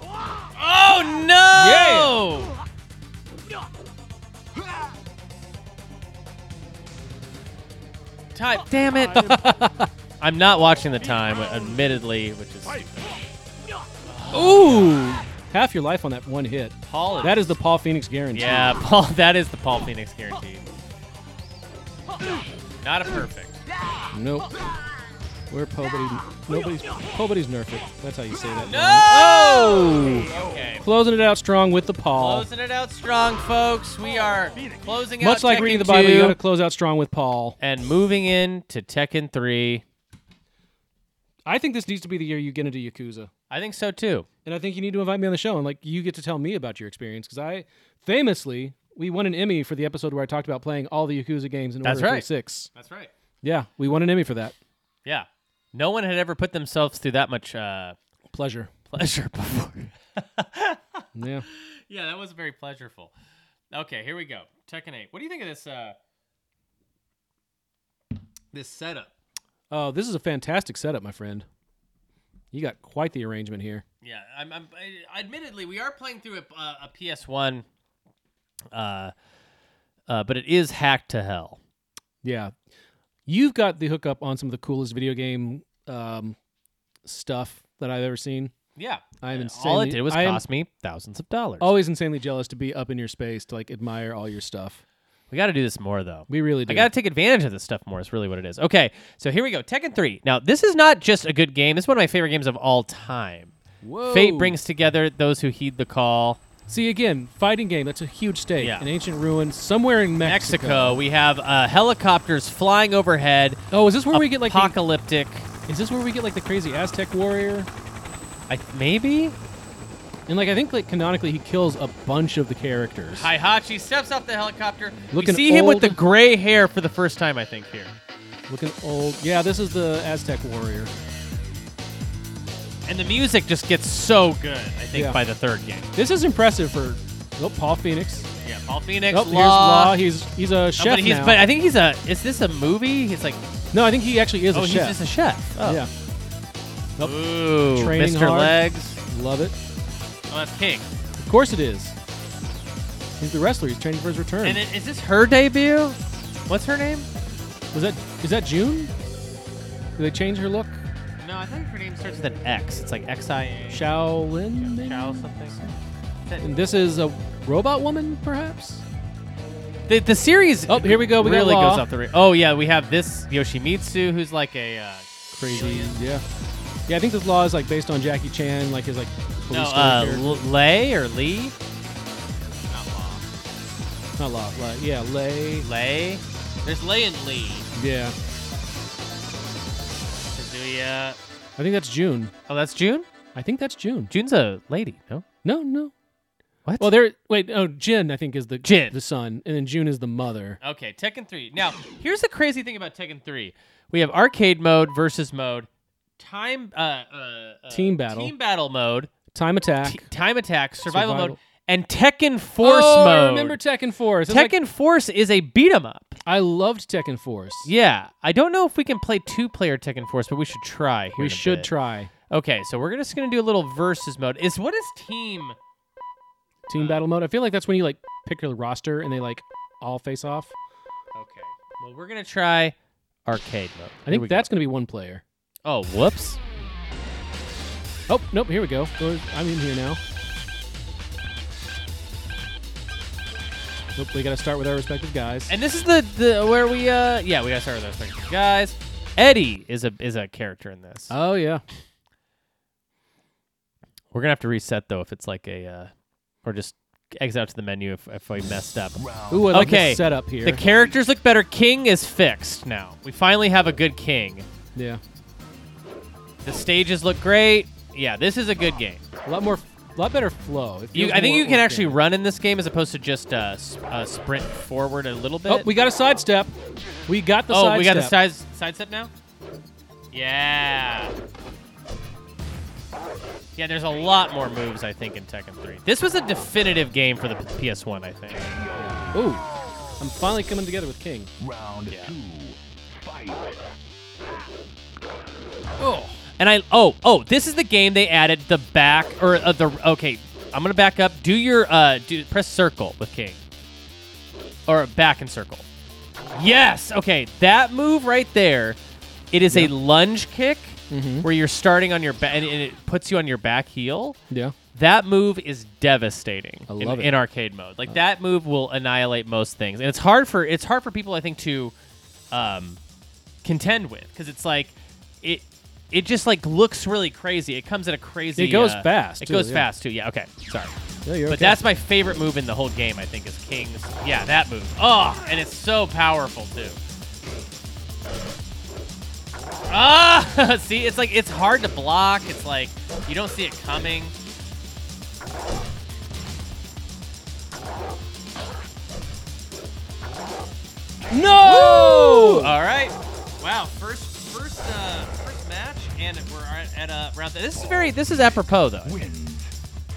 Speaker 1: Oh no! Time. Damn it! <laughs> I'm not watching the time, admittedly, which is
Speaker 3: Fight.
Speaker 2: Ooh, half your life on that one hit.
Speaker 1: Paul.
Speaker 2: That is the Paul Phoenix guarantee.
Speaker 1: Yeah, <laughs> Paul. That is the Paul Phoenix guarantee. Not a perfect.
Speaker 2: Nope. We're nobody, nobody's, nobody's nerfing. That's how you say that. Lauren.
Speaker 1: No. Okay.
Speaker 2: Closing it out strong with the Paul.
Speaker 1: Closing it out strong, folks. We are closing out.
Speaker 2: Much like
Speaker 1: Tekken
Speaker 2: reading the Bible, you
Speaker 1: 2
Speaker 2: gotta close out strong with Paul.
Speaker 1: and moving in to Tekken 3.
Speaker 2: I think this needs to be the year you get into Yakuza.
Speaker 1: I think so too.
Speaker 2: And I think you need to invite me on the show and like you get to tell me about your experience because I famously we won an Emmy for the episode where I talked about playing all the Yakuza games in
Speaker 1: That's
Speaker 2: order
Speaker 1: right.
Speaker 2: through six.
Speaker 1: That's right.
Speaker 2: Yeah, we won an Emmy for that.
Speaker 1: Yeah. No one had ever put themselves through that much uh, <laughs>
Speaker 2: Pleasure.
Speaker 1: pleasure before.
Speaker 2: Yeah.
Speaker 1: yeah, that was very pleasureful. Okay, here we go. Tekken 8. What do you think of this uh this setup?
Speaker 2: Oh, this is a fantastic setup, my friend. You got quite the arrangement here.
Speaker 1: Yeah, I'm, I'm I, admittedly we are playing through a, a, a PS1 uh uh, but it is hacked to hell.
Speaker 2: Yeah. You've got the hookup on some of the coolest video game um, stuff that I've ever seen.
Speaker 1: Yeah,
Speaker 2: I am
Speaker 1: And
Speaker 2: insanely,
Speaker 1: all it did was
Speaker 2: I am Oh.
Speaker 1: cost me thousands of dollars.
Speaker 2: always insanely jealous to be up in your space to like admire all your stuff.
Speaker 1: we got to do this more though.
Speaker 2: We really do.
Speaker 1: I got to take advantage of this stuff more. Is really what it is. Okay, so here we go. Tekken Three. Now, this is not just a good game. It's one of my favorite games of all time.
Speaker 2: Whoa.
Speaker 1: Fate brings together those who heed the call.
Speaker 2: See again, fighting game. That's a huge stake.
Speaker 1: Yeah.
Speaker 2: An ancient ruin somewhere in Mexico.
Speaker 1: Mexico. We have uh, helicopters flying overhead.
Speaker 2: Oh, is this where we get like? The,
Speaker 1: apocalyptic.
Speaker 2: is this where we get like the crazy Aztec warrior?
Speaker 1: I, maybe.
Speaker 2: And like I think like canonically he kills a bunch of the characters.
Speaker 1: Heihachi steps off the helicopter.
Speaker 2: Looking
Speaker 1: we see him with
Speaker 2: old.
Speaker 1: the gray hair for the first time. I think here.
Speaker 2: Looking old. Yeah, this is the Aztec warrior.
Speaker 1: And the music just gets so good. I think
Speaker 2: Yeah.
Speaker 1: by the third game.
Speaker 2: This is impressive for. Oh, Paul Phoenix.
Speaker 1: Yeah, Paul Phoenix.
Speaker 2: Oh,
Speaker 1: Law.
Speaker 2: here's Law. He's he's a
Speaker 1: Oh,
Speaker 2: chef
Speaker 1: but he's
Speaker 2: now.
Speaker 1: but I think he's a. Is this a movie? He's like.
Speaker 2: no, I think he actually is
Speaker 1: oh,
Speaker 2: a
Speaker 1: he's
Speaker 2: chef.
Speaker 1: just a chef. Oh.
Speaker 2: Yeah,
Speaker 1: Ooh,
Speaker 2: Training
Speaker 1: Mr.
Speaker 2: hard.
Speaker 1: Legs.
Speaker 2: love it.
Speaker 1: Oh, that's King.
Speaker 2: Of course it is. He's the wrestler. He's training for his return.
Speaker 1: And it, is this her debut? What's her name?
Speaker 2: Was that is that June? Did they change her look?
Speaker 1: No, I think her name starts with an X. It's like X I A.
Speaker 2: Shaolin. maybe?
Speaker 1: Chow something.
Speaker 2: And this is a robot woman, perhaps.
Speaker 1: The, the series.
Speaker 2: Oh, here we go, we got
Speaker 1: really
Speaker 2: Law.
Speaker 1: goes off the. Ra- oh yeah, we have this Yoshimitsu, who's like a. Uh,
Speaker 2: Crazy. Yeah. Yeah, I think this law is like based on Jackie Chan, like
Speaker 1: uh,
Speaker 2: his like police
Speaker 1: no,
Speaker 2: story
Speaker 1: uh,
Speaker 2: character.
Speaker 1: L- Lei or Lee.
Speaker 2: Not Loth. Like, yeah, Lay.
Speaker 1: Lay. There's Lay and Lee.
Speaker 2: Yeah.
Speaker 1: Kazuya.
Speaker 2: I think that's June.
Speaker 1: Oh, that's June.
Speaker 2: I think that's June.
Speaker 1: June's a lady. No.
Speaker 2: No, no.
Speaker 1: What?
Speaker 2: Well, there. Wait. Oh, Jin. I think is the
Speaker 1: Jin.
Speaker 2: the son, and then June is the mother.
Speaker 1: Okay, Tekken 3. Now, here's the crazy thing about Tekken 3. We have arcade mode versus mode, time uh, uh, uh
Speaker 2: Team battle.
Speaker 1: team battle mode,
Speaker 2: Time attack.
Speaker 1: t- time attack, survival,
Speaker 2: Survival.
Speaker 1: mode, and Tekken Force
Speaker 2: oh,
Speaker 1: mode.
Speaker 2: I remember Tekken Force. I was like-
Speaker 1: Tekken Force is a beat 'em up.
Speaker 2: I loved Tekken Force.
Speaker 1: Yeah, I don't know if we can play two player Tekken Force, but we should try. Here
Speaker 2: we
Speaker 1: in a
Speaker 2: should
Speaker 1: bit.
Speaker 2: try
Speaker 1: Okay, so we're just gonna do a little versus mode. Is what is team?
Speaker 2: team battle mode. I feel like that's when you like pick your roster and they like all face off.
Speaker 1: Okay, well we're gonna try arcade mode.
Speaker 2: I think that's going to be one player.
Speaker 1: Oh, whoops.
Speaker 2: Oh nope, here we go. Well, I'm in here now. Nope, we got to start with our respective guys.
Speaker 1: And this is the, the where we uh yeah we gotta start with those things. guys. Eddie is a is a character in this.
Speaker 2: oh yeah,
Speaker 1: We're gonna have to reset though if it's like a uh, or just exit out to the menu if if I messed up.
Speaker 2: ooh, I like this
Speaker 1: Okay.
Speaker 2: setup here.
Speaker 1: The characters look better. King is fixed now. We finally have a good king.
Speaker 2: yeah,
Speaker 1: The stages look great. Yeah, this is a good game.
Speaker 2: a lot more, a lot better flow. It
Speaker 1: You,
Speaker 2: feels
Speaker 1: I think
Speaker 2: more
Speaker 1: you can actually
Speaker 2: organic.
Speaker 1: run in this game as opposed to just uh, s- uh sprint forward a little bit.
Speaker 2: Oh, we got a sidestep. We got the
Speaker 1: Oh,
Speaker 2: sidestep.
Speaker 1: we got the side side step now. Yeah. Yeah, there's a lot more moves I think in Tekken 3. This was a definitive game for the PS1, I think.
Speaker 2: Ooh, I'm finally coming together with King.
Speaker 3: Round
Speaker 1: Yeah.
Speaker 3: two. Fight.
Speaker 2: Oh,
Speaker 1: And I oh oh this is the game they added the back or uh, the okay I'm gonna back up. Do your uh do press circle with king, or back and circle. Yes. Okay, that move right there. It is a lunge kick where you're starting on your back and, and it puts you on your back heel.
Speaker 2: yeah.
Speaker 1: That move is devastating
Speaker 2: I
Speaker 1: in-
Speaker 2: love
Speaker 1: in,
Speaker 2: it.
Speaker 1: arcade mode. Like that move will annihilate most things, and it's hard for it's hard for people I think to um, contend with because it's like it it just like looks really crazy. It comes at a crazy.
Speaker 2: It goes
Speaker 1: uh,
Speaker 2: fast,
Speaker 1: It
Speaker 2: too,
Speaker 1: goes
Speaker 2: yeah.
Speaker 1: fast too. Yeah. Okay. Sorry.
Speaker 2: Yeah, you're
Speaker 1: But
Speaker 2: okay.
Speaker 1: that's my favorite move in the whole game. I think is King's. Yeah, that move. Oh, and it's so powerful too. Ah, <laughs> see, it's like it's hard to block. It's like you don't see it coming.
Speaker 2: no.
Speaker 1: All right. Wow. First, first, uh, first match, and we're at- at uh, round. Th- this is very. This is apropos, though.
Speaker 3: Wins.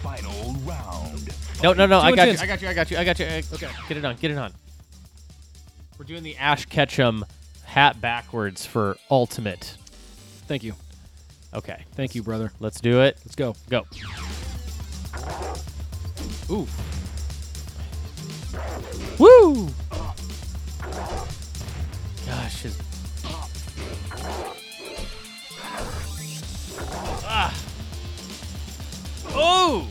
Speaker 3: Final round.
Speaker 1: No, no, no. I
Speaker 2: Two
Speaker 1: got you.
Speaker 2: intense.
Speaker 1: I got you. I got you. I got you. Okay. Get it on. Get it on. We're doing the Ash Ketchum hat backwards for ultimate.
Speaker 2: Thank you,
Speaker 1: Okay.
Speaker 2: thank you, brother.
Speaker 1: Let's do it.
Speaker 2: Let's go.
Speaker 1: Go.
Speaker 2: Ooh,
Speaker 1: Woo! Gosh, his. Ah. Oh!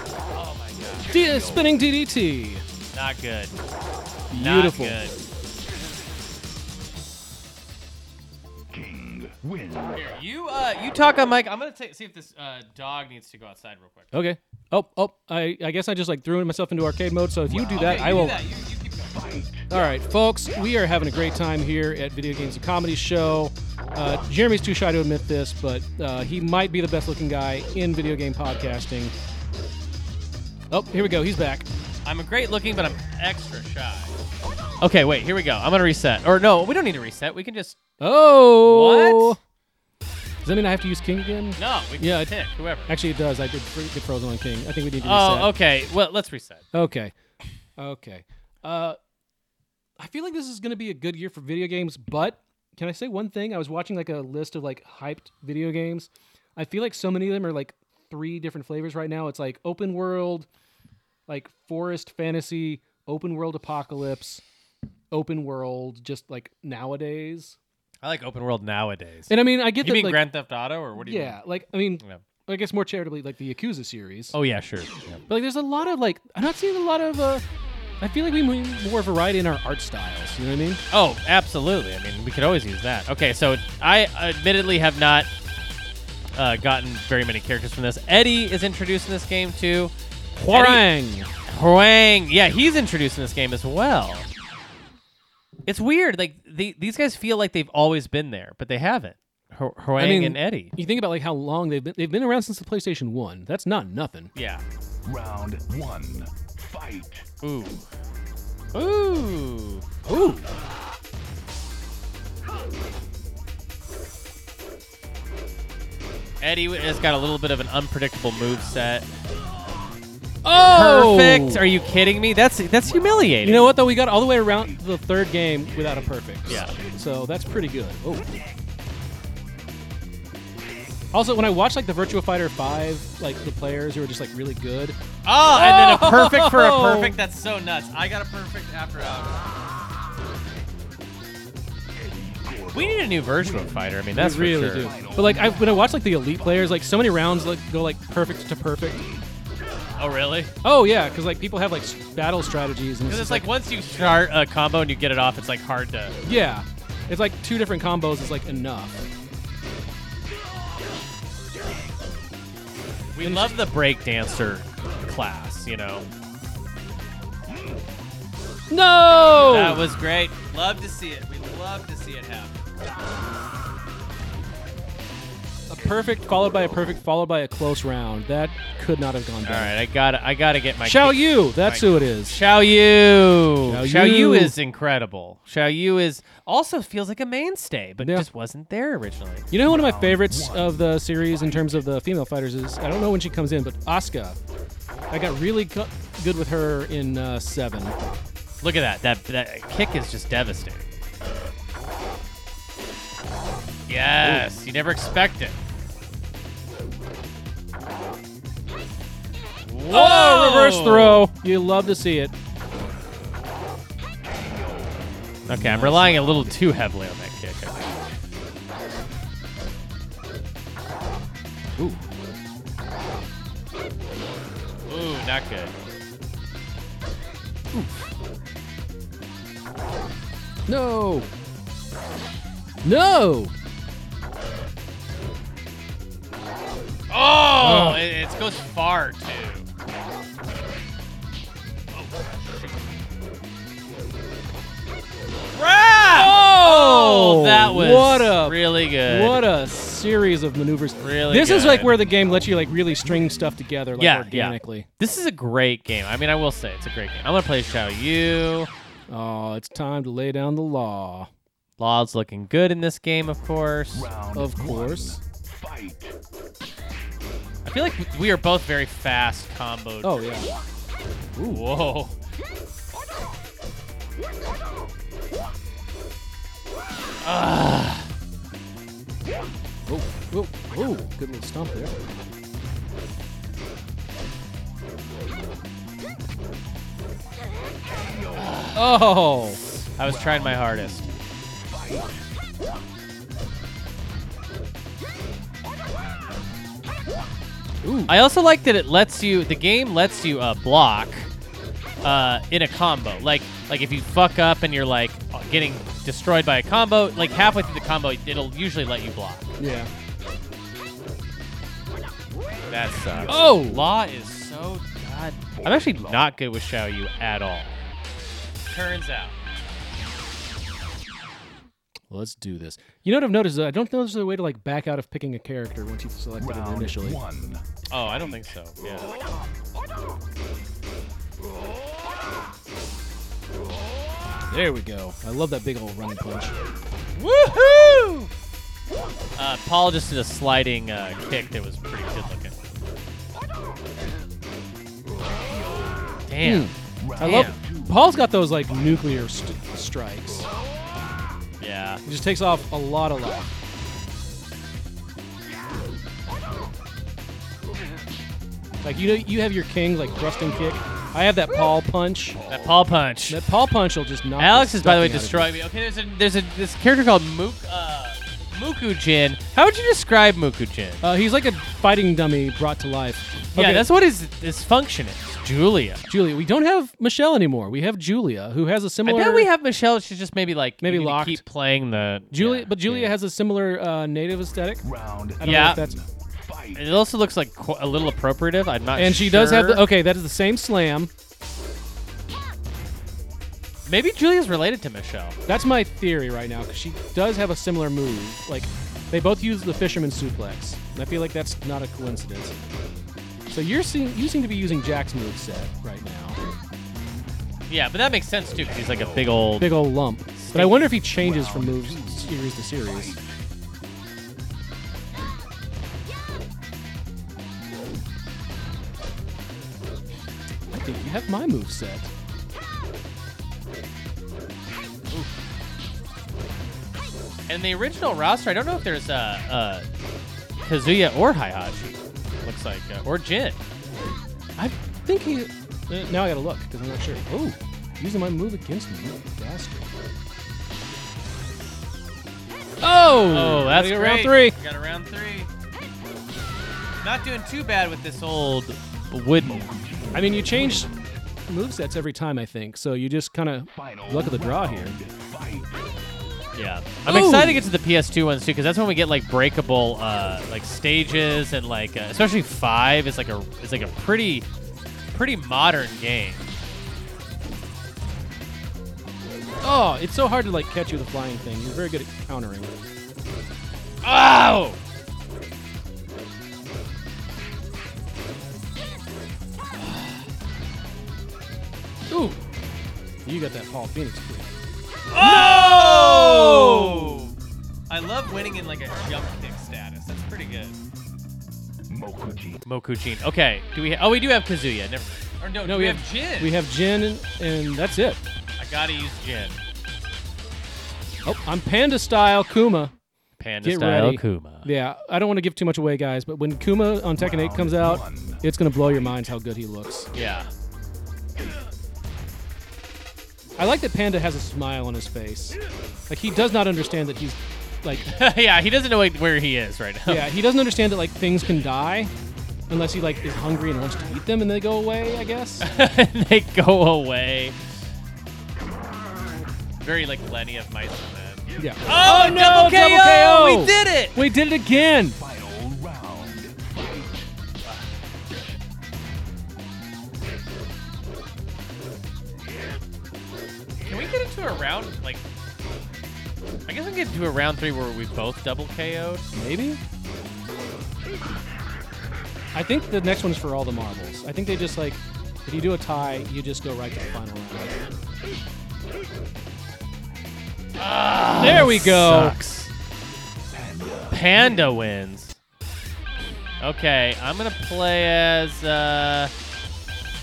Speaker 1: Oh my gosh.
Speaker 2: D- spinning DDT.
Speaker 1: Not good.
Speaker 2: Beautiful.
Speaker 1: Not good.
Speaker 3: King wins.
Speaker 1: Here, you uh, you talk on Mike. I'm gonna take, see if this uh, dog needs to go outside real quick.
Speaker 2: Okay. Oh, oh. I, I guess I just like threw myself into arcade mode. So if you do that,
Speaker 1: Okay, you
Speaker 2: I
Speaker 1: do
Speaker 2: will.
Speaker 1: that. You, you keep going.
Speaker 2: All right, folks, we are having a great time here at Video Games and Comedy Show. Uh, Jeremy's too shy to admit this, but uh, he might be the best looking guy in video game podcasting. Oh, here we go. He's back.
Speaker 1: I'm a great looking, but I'm extra shy. Okay, wait. Here we go. I'm gonna reset. Or no, we don't need to reset. We can just
Speaker 2: Oh.
Speaker 1: What?
Speaker 2: Does that mean I have to use King again?
Speaker 1: no. We can
Speaker 2: Yeah,
Speaker 1: pick whoever.
Speaker 2: Actually, it does. I did fr- get frozen on King. I think we need to reset.
Speaker 1: Oh, okay. Well, let's reset.
Speaker 2: Okay. Okay. Uh, I feel like this is going to be a good year for video games, but can I say one thing? I was watching like a list of like hyped video games. I feel like so many of them are like three different flavors right now. It's like open world, like forest fantasy, open world apocalypse, open world just like nowadays.
Speaker 1: I like open world nowadays.
Speaker 2: And I mean, I get
Speaker 1: you
Speaker 2: that
Speaker 1: mean
Speaker 2: like
Speaker 1: Grand Theft Auto, or what do you
Speaker 2: yeah, like I mean,
Speaker 1: mean? Yeah.
Speaker 2: I guess more charitably like the Yakuza series.
Speaker 1: Oh yeah, sure. Yeah.
Speaker 2: But like, there's a lot of like, I'm not seeing a lot of. uh I feel like we need more variety in our art styles. You know what I mean?
Speaker 1: Oh, absolutely. I mean, we could always use that. Okay, so I admittedly have not uh, gotten very many characters from this. Eddie is introduced in this game too. Eddie-
Speaker 2: Huarang.
Speaker 1: Huang. Yeah, he's introduced in this game as well. It's weird. Like the, these guys feel like they've always been there, but they haven't. Hu- Huang
Speaker 2: I mean,
Speaker 1: and Eddie.
Speaker 2: You think about like how long they've been they've been around since the PlayStation 1. That's not nothing.
Speaker 1: Yeah.
Speaker 3: Round one. Fight.
Speaker 1: Ooh. Ooh.
Speaker 2: Ooh.
Speaker 1: Eddie has got a little bit of an unpredictable move set.
Speaker 2: Oh.
Speaker 1: Perfect. Are you kidding me? That's that's humiliating.
Speaker 2: You know what though? We got all the way around the third game without a perfect.
Speaker 1: Yeah.
Speaker 2: So that's pretty good. Oh. Also, when I watch like the Virtua Fighter 5, like the players who are just like really good,
Speaker 1: Oh, and then a perfect for a
Speaker 2: Oh.
Speaker 1: perfect. That's so nuts. I got a perfect after hours. We need a new version of Fighter. I mean, that's
Speaker 2: they really
Speaker 1: for sure.
Speaker 2: do. But like I, when I watch like the elite players, like so many rounds like go like perfect to perfect.
Speaker 1: Oh, really?
Speaker 2: Oh yeah, because like people have like s- battle strategies and
Speaker 1: Because it's
Speaker 2: just,
Speaker 1: like once you start a combo and you get it off, it's like hard to.
Speaker 2: yeah, it's like two different combos is like enough.
Speaker 1: We love the breakdancer class, you know.
Speaker 2: No.
Speaker 1: That was great. Love to see it. We love to see it happen.
Speaker 2: A perfect followed by a perfect followed by a close round. That could not have gone
Speaker 1: All
Speaker 2: better.
Speaker 1: right, I got to I got to get my
Speaker 2: Shall
Speaker 1: kick-
Speaker 2: you? That's
Speaker 1: Mike.
Speaker 2: who it is.
Speaker 1: Shao Yu.
Speaker 2: Xiao
Speaker 1: Shao Yu
Speaker 2: Yu.
Speaker 1: is incredible. Shao Yu is also feels like a mainstay, but
Speaker 2: Yeah.
Speaker 1: just wasn't there originally.
Speaker 2: You know, one of my favorites of the series in terms of the female fighters is I don't know when she comes in, but Asuka. I got really go- good with her in uh, seven.
Speaker 1: Look at that. That that kick is just devastating. Yes, you never expect it. Whoa!
Speaker 2: Oh, reverse throw. You love to see it.
Speaker 1: Okay, I'm relying a little too heavily on that kick. I think.
Speaker 2: Ooh.
Speaker 1: Ooh, not good.
Speaker 2: No. No.
Speaker 1: Oh,
Speaker 2: Oh.
Speaker 1: It, it goes far too. Oh, that was
Speaker 2: what a
Speaker 1: really good.
Speaker 2: What a series of maneuvers.
Speaker 1: Really
Speaker 2: This is like
Speaker 1: good.
Speaker 2: where the game lets you like really string stuff together like
Speaker 1: yeah,
Speaker 2: organically.
Speaker 1: yeah. This is a great game. I mean, I will say it's a great game. I'm gonna play Xiao Yu.
Speaker 2: Oh, it's time to lay down the law.
Speaker 1: Laud's looking good in this game, of course.
Speaker 3: Round
Speaker 2: Of course.
Speaker 3: fight.
Speaker 1: I feel like we are both very fast combo.
Speaker 2: Oh yeah.
Speaker 1: Whoa.
Speaker 2: Oh, oh, oh, good little stomp there. Oh,
Speaker 1: I was trying my hardest.
Speaker 2: ooh,
Speaker 1: I also like that it lets you. The game lets you uh, block uh, in a combo. Like like if you fuck up and you're like getting destroyed by a combo, like halfway through the combo, it'll usually let you block.
Speaker 2: yeah.
Speaker 1: That sucks.
Speaker 2: Oh!
Speaker 1: Law is so god. I'm actually not good with Xiao Yu at all. Turns out.
Speaker 2: Let's do this. You know what I've noticed? Is that I don't know if there's a way to like back out of picking a character once you've selected it
Speaker 3: Round
Speaker 2: initially.
Speaker 3: one.
Speaker 1: Oh, I don't think so. Yeah.
Speaker 2: There we go. I love that big old running punch.
Speaker 1: Woohoo! Uh, Paul just did a sliding uh, kick that was pretty good looking. Damn.
Speaker 2: I love. Paul's got those like nuclear st- strikes.
Speaker 1: Yeah.
Speaker 2: He just takes off a lot of life. Like you know, you have your king like thrusting kick. I have that Paul punch.
Speaker 1: That Paul punch.
Speaker 2: That Paul punch will just knock.
Speaker 1: Alex is, by the way,
Speaker 2: stuffing out
Speaker 1: destroying me. Okay, there's a there's a this character called Mook uh, Mukujin. How would you describe Mukujin?
Speaker 2: of you. Uh, he's like a fighting dummy brought to life.
Speaker 1: Yeah,
Speaker 2: Okay,
Speaker 1: that's what his his function is. Julia.
Speaker 2: Julia. We don't have Michelle anymore. We have Julia, who has a
Speaker 1: I
Speaker 2: similar.
Speaker 1: bet we have Michelle. She's just maybe like you
Speaker 2: Maybe
Speaker 1: need to
Speaker 2: locked.
Speaker 1: keep playing the
Speaker 2: Julia,
Speaker 1: yeah,
Speaker 2: but Julia
Speaker 1: yeah.
Speaker 2: has a similar uh, native aesthetic.
Speaker 3: Round
Speaker 2: I don't
Speaker 1: Yeah.
Speaker 2: know if that's
Speaker 3: Fight.
Speaker 1: It also looks like qu- a little appropriative. I'm not.
Speaker 2: And she does have the
Speaker 1: sure.
Speaker 2: okay. That is the same slam.
Speaker 1: Maybe Julia's related to Michelle.
Speaker 2: That's my theory right now because she does have a similar move. Like they both use the fisherman suplex, and I feel like that's not a coincidence. So you're seeing you seem to be using Jack's move set right now,
Speaker 1: Yeah, but that makes sense too because he's like a big old.
Speaker 2: big old lump. But I wonder if he changes from moves series to series. I think you have my move set.
Speaker 1: And the original roster, I don't know if there's uh, uh, Kazuya or Hihachi. Looks like uh, or Jin.
Speaker 2: I think he. uh, now I gotta look because I'm not sure. Oh, using my move against me, you bastard. Oh,
Speaker 1: Oh, that's
Speaker 2: gotta
Speaker 1: great.
Speaker 2: get round three.
Speaker 1: We got a round three. Not doing too bad with this old wooden.
Speaker 2: I mean, you change move sets every time, I think. So you just kind of
Speaker 3: Final
Speaker 2: luck of the draw
Speaker 3: round.
Speaker 2: here.
Speaker 3: Fight.
Speaker 1: Yeah, I'm
Speaker 2: Ooh.
Speaker 1: excited to get to the PS2 ones too because that's when we get like breakable, uh, like stages and like uh, especially five is like a is like a pretty pretty modern game.
Speaker 2: Oh, it's so hard to like catch you with a flying thing. You're very good at countering.
Speaker 1: Oh.
Speaker 2: Ooh, you got that Paul Phoenix. Move.
Speaker 1: Oh! I love winning in like a jump kick status. That's pretty good.
Speaker 3: Mokuji.
Speaker 1: Mokuchin. Okay. Do we? Ha- oh, we do have Kazuya. Never. Or no, do we, have, Jin.
Speaker 2: We have Jin, and, and that's it.
Speaker 1: I gotta use Jin.
Speaker 2: Oh, I'm Panda Style Kuma.
Speaker 1: Panda
Speaker 2: Get
Speaker 1: style
Speaker 2: ready.
Speaker 1: Kuma.
Speaker 2: Yeah, I don't want to give too much away, guys, but when Kuma on Tekken 8 comes out,
Speaker 3: one.
Speaker 2: it's gonna blow your minds how good he looks.
Speaker 1: Yeah.
Speaker 2: I like that Panda has a smile on his face. Like he does not understand that he's like
Speaker 1: <laughs> yeah. He doesn't know like, where he is right now.
Speaker 2: <laughs> yeah, he doesn't understand that like things can die unless he like is hungry and wants to eat them and they go away, I
Speaker 1: <laughs>
Speaker 2: guess.
Speaker 1: and <laughs> they go away. Very like Lenny of Mice and Men.
Speaker 2: Yeah.
Speaker 1: Oh,
Speaker 2: no, double double KO! KO!
Speaker 1: We did it!
Speaker 2: We did it again.
Speaker 3: Final round. Fight.
Speaker 1: Can we get into a round like? I guess we can get into a round three where we both double KO'd.
Speaker 2: Maybe. I think the next one is for all the marbles. I think they just like if you do a tie, you just go right to the final round. there we go.
Speaker 1: Sucks. Panda wins. Okay, I'm gonna play as. Uh,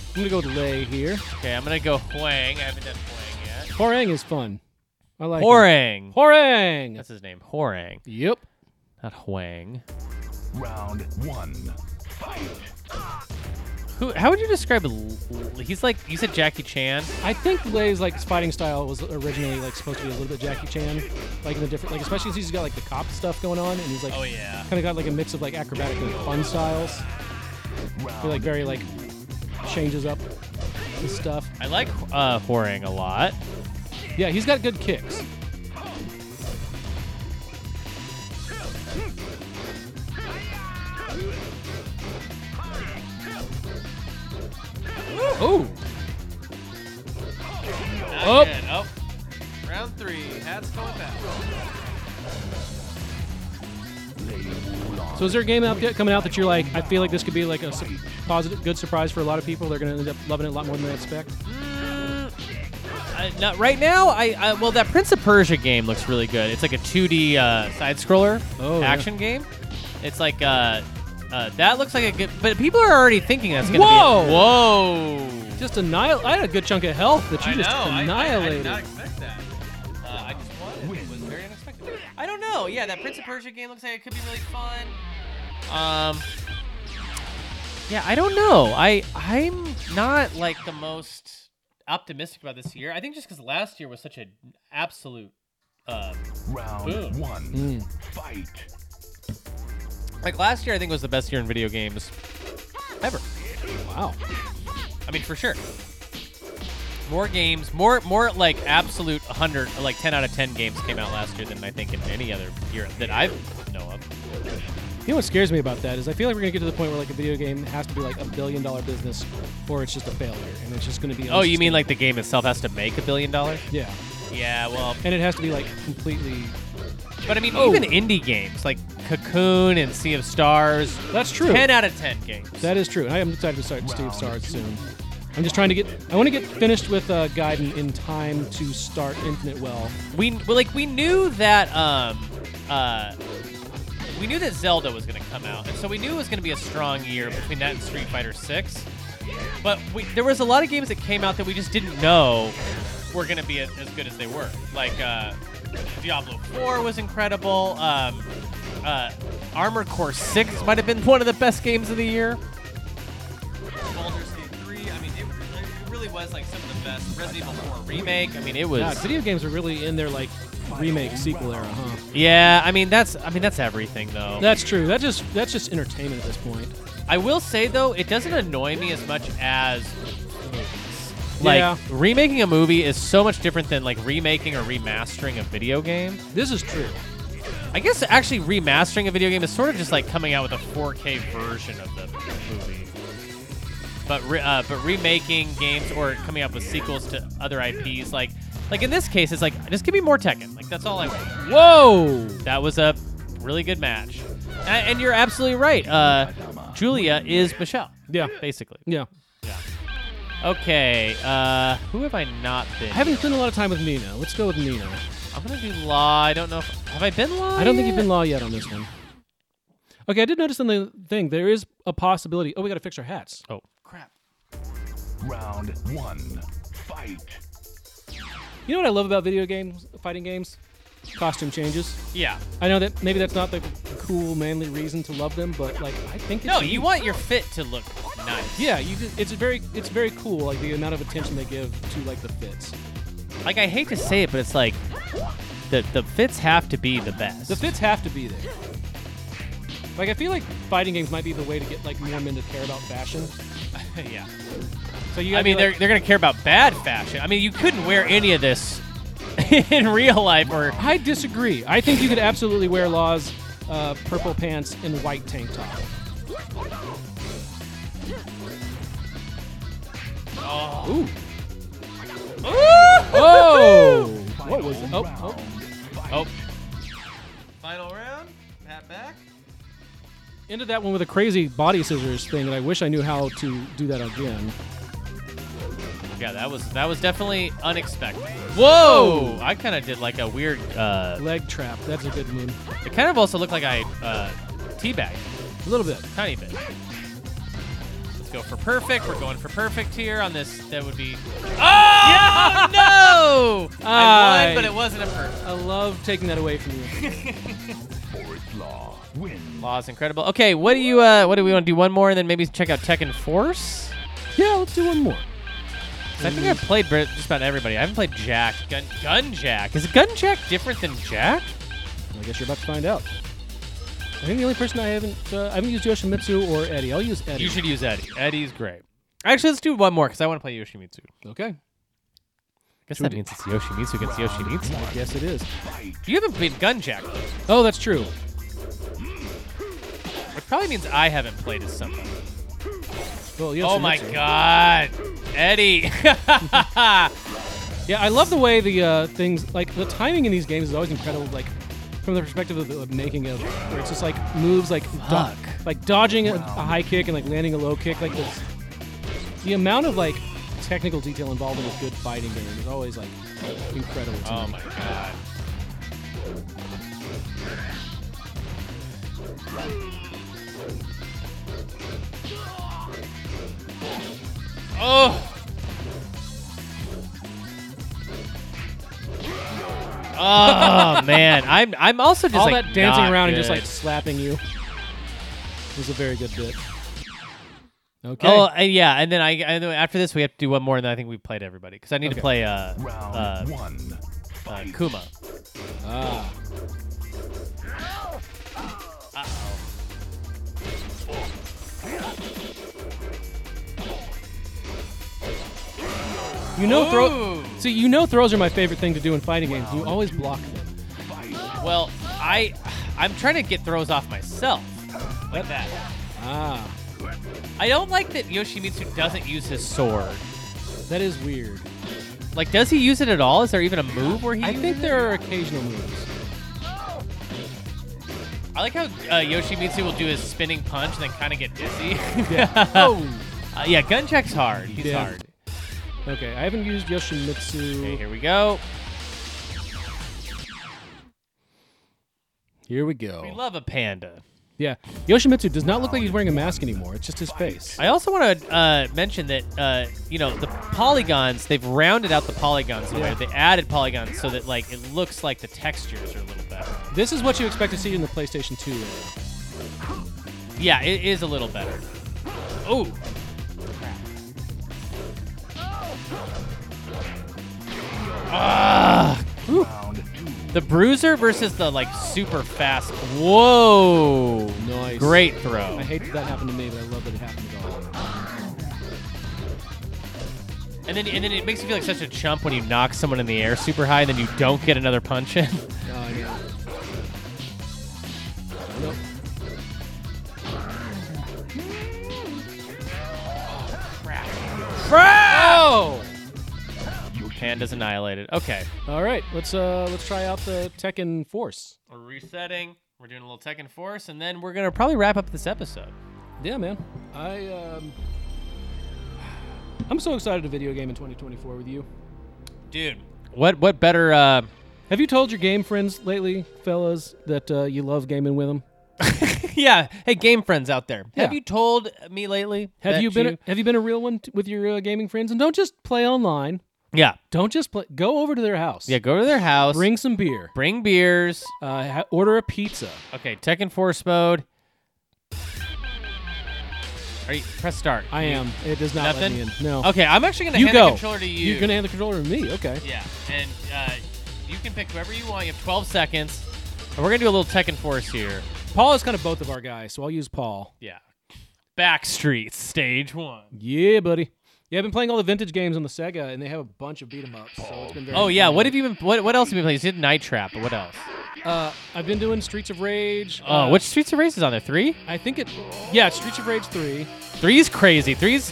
Speaker 2: I'm gonna go lay here.
Speaker 1: okay, I'm gonna go Huang. I haven't done Huang yet.
Speaker 2: Horang is fun. I like it.
Speaker 1: Horang.
Speaker 2: Horang.
Speaker 1: That's his name. Horang,
Speaker 2: Yep.
Speaker 1: not Huang.
Speaker 3: Round one. Fight.
Speaker 1: Who? How would you describe? L- L- he's like you said, Jackie Chan.
Speaker 2: I think Lay's like fighting style was originally like supposed to be a little bit Jackie Chan, like in the different, like especially since he's got like the cop stuff going on, and he's like
Speaker 1: Oh, yeah.
Speaker 2: kind of got like a mix of like acrobatic and fun styles. He,
Speaker 3: Round.
Speaker 2: like very like changes up and stuff.
Speaker 1: I like uh, Horang a lot.
Speaker 2: Yeah, he's got good kicks. Oh, Up. yet.
Speaker 1: Oh. Round three. Hats going back.
Speaker 2: so is there a game out get- coming out that you're like, I feel like this could be like a su- positive, good surprise for a lot of people. They're gonna end up loving it a lot more than they expect.
Speaker 1: Uh, not right now. I, I well, that Prince of Persia game looks really good. It's like a 2D uh, side scroller
Speaker 2: Oh, yeah.
Speaker 1: action game. It's like uh, uh, that looks like a good, but people are already thinking that's gonna
Speaker 2: Whoa!
Speaker 1: be whoa.
Speaker 2: Just annihilate. I had a good chunk of health that you
Speaker 1: I
Speaker 2: just
Speaker 1: know, I- I-
Speaker 2: annihilated.
Speaker 1: I, did not expect that. Uh, I just won. It was very unexpected. I don't know. Yeah, that Prince of Persia game looks like it could be really fun. Um. Yeah, I don't know. I I'm not like the most optimistic about this year. I think just because last year was such an absolute. Um,
Speaker 3: Round
Speaker 1: Boom.
Speaker 3: one.
Speaker 2: Mm.
Speaker 3: Fight.
Speaker 1: like last year, I think was the best year in video games ever.
Speaker 2: Wow.
Speaker 1: I mean, for sure. More games, more more like absolute 100, like 10 out of 10 games came out last year than I think in any other year that I know of.
Speaker 2: You know what scares me about that is I feel like we're gonna get to the point where like a video game has to be like a billion dollar business, or it's just a failure, and it's just gonna be.
Speaker 1: Oh, you mean
Speaker 2: unsustainable.
Speaker 1: like the game itself has to make a billion dollars?
Speaker 2: Yeah,
Speaker 1: Yeah, well,
Speaker 2: and it has to be like completely.
Speaker 1: but I mean, even indie games like Cocoon and Sea of Stars,
Speaker 2: That's true.
Speaker 1: ten out of ten games.
Speaker 2: That is true. And I am excited to start Steve Stars soon. I'm just trying to get. I want to get finished with uh, Gaiden in time to start Infinite Well.
Speaker 1: we well, like we knew that um uh we knew that Zelda was going to come out, and so we knew it was going to be a strong year between that and Street Fighter Six. But we, there was a lot of games that came out that we just didn't know were going to be as, as good as they were. Like uh, Diablo Four was incredible. Um, uh, Armor Core Six might have been one of the best games of the year. Baldur's Gate Three. I mean, it, it really was like some of the best. Resident Evil Four remake. I mean, it was.
Speaker 2: God, video games are really in their like remake sequel era, huh?
Speaker 1: Yeah, I mean that's I mean that's everything though.
Speaker 2: That's true. That just that's just entertainment at this point.
Speaker 1: I will say though, it doesn't annoy me as much as movies. Like
Speaker 2: Yeah.
Speaker 1: remaking a movie is so much different than like remaking or remastering a video game.
Speaker 2: This is true.
Speaker 1: I guess actually remastering a video game is sort of just like coming out with a 4K version of the movie. But re- uh, but remaking games or coming up with sequels to other IPs like like in this case it's like just give me more Tekken. Like that's all I want.
Speaker 2: Whoa!
Speaker 1: That was a really good match. A- And you're absolutely right. Uh, Julia is Michelle.
Speaker 2: Yeah.
Speaker 1: Basically.
Speaker 2: Yeah.
Speaker 1: Okay. Uh, who have I not been?
Speaker 2: I haven't spent a lot of time with Nina. Let's go with Nina.
Speaker 1: I'm going to do Law. I don't know if. Have I been Law?
Speaker 2: I don't think you've
Speaker 1: yet?
Speaker 2: been law yet on this one. Okay, I did notice on the thing there is a possibility. Oh, we got to fix our hats.
Speaker 1: Oh.
Speaker 3: Round one. Fight.
Speaker 2: You know what I love about video games, fighting games? Costume changes.
Speaker 1: Yeah.
Speaker 2: I know that maybe that's not the cool, manly reason to love them, but like I think it's
Speaker 1: No, you
Speaker 2: neat.
Speaker 1: want your fit to look nice.
Speaker 2: Yeah, you just, it's very it's very cool like the amount of attention they give to like the fits.
Speaker 1: Like, I hate to say it, but it's like the, the fits have to be the best.
Speaker 2: The fits have to be there. Like I feel like fighting games might be the way to get like more men to care about fashion.
Speaker 1: yeah.
Speaker 2: So you
Speaker 1: I
Speaker 2: gotta be
Speaker 1: mean, they're,
Speaker 2: like-
Speaker 1: they're going to care about bad fashion. I mean, you couldn't wear any of this <laughs> in real life <laughs> or.
Speaker 2: I disagree. I think you could absolutely wear Law's uh, purple pants and white tank top. Ooh.
Speaker 1: <laughs>
Speaker 2: Oh! what was it? Oh, oh.
Speaker 1: Oh. Final round. Pat back.
Speaker 2: Ended that one with a crazy body scissors thing, and I wish I knew how to do that again.
Speaker 1: Yeah, that was that was definitely unexpected. Whoa! I kind of did like a weird. Uh,
Speaker 2: Leg trap. That's a good move.
Speaker 1: it kind of also looked like I uh, teabagged
Speaker 2: A little bit.
Speaker 1: a tiny bit. Let's go for perfect. We're going for perfect here on this. That would be. Oh no! I
Speaker 2: I-
Speaker 1: won, but it wasn't a perfect.
Speaker 2: I love taking that away from
Speaker 1: <laughs>
Speaker 2: you.
Speaker 3: Forest Law wins.
Speaker 1: Law's incredible. Okay, what do you uh, what do we want to do? One more, and then maybe check out Tekken Force.
Speaker 2: yeah, let's do one more.
Speaker 1: 'Cause I think I've played br- just about everybody. I haven't played Jack. Gun Gun Jack. Is Gun Jack different than Jack?
Speaker 2: I guess you're about to find out. I think the only person I haven't uh, I haven't used Yoshimitsu or Eddie. I'll use Eddie.
Speaker 1: You should use Eddie. Eddie's great. Actually, let's do one more because I want to play Yoshimitsu. I
Speaker 2: Okay.
Speaker 1: guess that means it's Yoshimitsu against Yoshimitsu.
Speaker 2: Yes, it is.
Speaker 1: You haven't played Gunjack. though.
Speaker 2: Oh, that's true.
Speaker 1: It probably means I haven't played as somebody.
Speaker 2: Well,
Speaker 1: Oh
Speaker 2: Yoshimitsu.
Speaker 1: my god. Eddie. <laughs>
Speaker 2: Yeah, I love the way the uh, things like the timing in these games is always incredible. Like from the perspective of, of making of where it's just like moves like duck,
Speaker 1: Fuck.
Speaker 2: like dodging a, a high kick and like landing a low kick. Like this, the amount of like technical detail involved in a good fighting game is always like incredible. To
Speaker 1: oh
Speaker 2: me.
Speaker 1: my god. <laughs> Oh. Oh man, I'm I'm also just
Speaker 2: All
Speaker 1: like
Speaker 2: that dancing
Speaker 1: not
Speaker 2: around and just
Speaker 1: good.
Speaker 2: like slapping you was a very good bit. Okay.
Speaker 1: Oh uh, yeah, and then I, I know after this we have to do one more, and then I think we've played everybody because I need
Speaker 2: Okay.
Speaker 1: to play uh,
Speaker 3: Round
Speaker 1: uh,
Speaker 3: one.
Speaker 1: uh,
Speaker 3: Fight.
Speaker 1: Kuma.
Speaker 2: Ah. You know, throw.
Speaker 1: Ooh.
Speaker 2: See, you know, throws are my favorite thing to do in fighting games. You always block them.
Speaker 1: Well, I I'm trying to get throws off myself. like that.
Speaker 2: Ah,
Speaker 1: I don't like that Yoshimitsu doesn't use his sword.
Speaker 2: that is weird.
Speaker 1: Like, does he use it at all? Is there even a move where he?
Speaker 2: I
Speaker 1: uses
Speaker 2: think
Speaker 1: it?
Speaker 2: there are occasional moves.
Speaker 1: I like how uh, Yoshimitsu will do his spinning punch and then kind of get dizzy. <laughs>
Speaker 2: Yeah. <laughs> oh.
Speaker 1: Uh, yeah, Gunchak's hard. He's
Speaker 2: Yeah.
Speaker 1: hard.
Speaker 2: Okay, I haven't used Yoshimitsu.
Speaker 1: Okay, here we go.
Speaker 2: Here we go.
Speaker 1: We love a panda.
Speaker 2: yeah, Yoshimitsu does not look like he's wearing a mask anymore. It's just his face.
Speaker 1: I also want to uh, mention that uh, you know the polygons they've rounded out the polygons in a way.
Speaker 2: Yeah.
Speaker 1: They added polygons so that like it looks like the textures are a little better.
Speaker 2: This is what you expect to see in the PlayStation 2 era.
Speaker 1: Yeah, it is a little better. Oh,
Speaker 3: Round two.
Speaker 1: the bruiser versus the like super fast. Whoa,
Speaker 2: Nice.
Speaker 1: great throw.
Speaker 2: I hate that that happened to me, but I love that it happened at all.
Speaker 1: And then and then it makes you feel like such a chump when you knock someone in the air super high and then you don't get another punch in. <laughs>
Speaker 2: Oh, I know. Nope.
Speaker 1: Bro! Panda's Oh. annihilated. Okay.
Speaker 2: All right, let's uh let's try out the Tekken Force.
Speaker 1: We're resetting. We're doing a little Tekken Force, and then we're gonna probably wrap up this episode.
Speaker 2: Yeah, man. I um <sighs> I'm so excited to video game in 2024 with you.
Speaker 1: Dude. What what better uh
Speaker 2: Have you told your game friends lately, fellas, that uh, you love gaming with them?
Speaker 1: Yeah. Hey game friends out there.
Speaker 2: Yeah.
Speaker 1: Have you told me lately?
Speaker 2: Have
Speaker 1: that
Speaker 2: you been have you been a real one t- with your uh, gaming friends? And don't just play online.
Speaker 1: Yeah.
Speaker 2: Don't just play. Go over to their house.
Speaker 1: Yeah, go to their house.
Speaker 2: Bring some beer.
Speaker 1: bring beers.
Speaker 2: Uh, ha- order a pizza.
Speaker 1: Okay, Tekken Force mode. Are you press start?
Speaker 2: I
Speaker 1: You-
Speaker 2: am. It does not
Speaker 1: Nothing?
Speaker 2: let me in. No.
Speaker 1: Okay, I'm actually gonna
Speaker 2: You
Speaker 1: hand
Speaker 2: go.
Speaker 1: the controller to you.
Speaker 2: You're gonna hand the controller to me. Okay.
Speaker 1: Yeah, and uh, you can pick whoever you want. You have 12 seconds, and we're gonna do a little Tekken Force here.
Speaker 2: Paul is kind of both of our guys, so I'll use Paul.
Speaker 1: Yeah, Backstreets Stage One.
Speaker 2: Yeah, buddy. Yeah, I've been playing all the vintage games on the Sega, and they have a bunch of beat 'em ups. So it's been very.
Speaker 1: Oh yeah, what have you been? What, what else have you been playing? You did Night Trap, but what else?
Speaker 2: Uh, I've been doing Streets of Rage.
Speaker 1: Oh,
Speaker 2: uh,
Speaker 1: which Streets of Rage is on there? Three?
Speaker 2: I think it. Yeah, it's Streets of Rage three.
Speaker 1: Three's crazy. Three's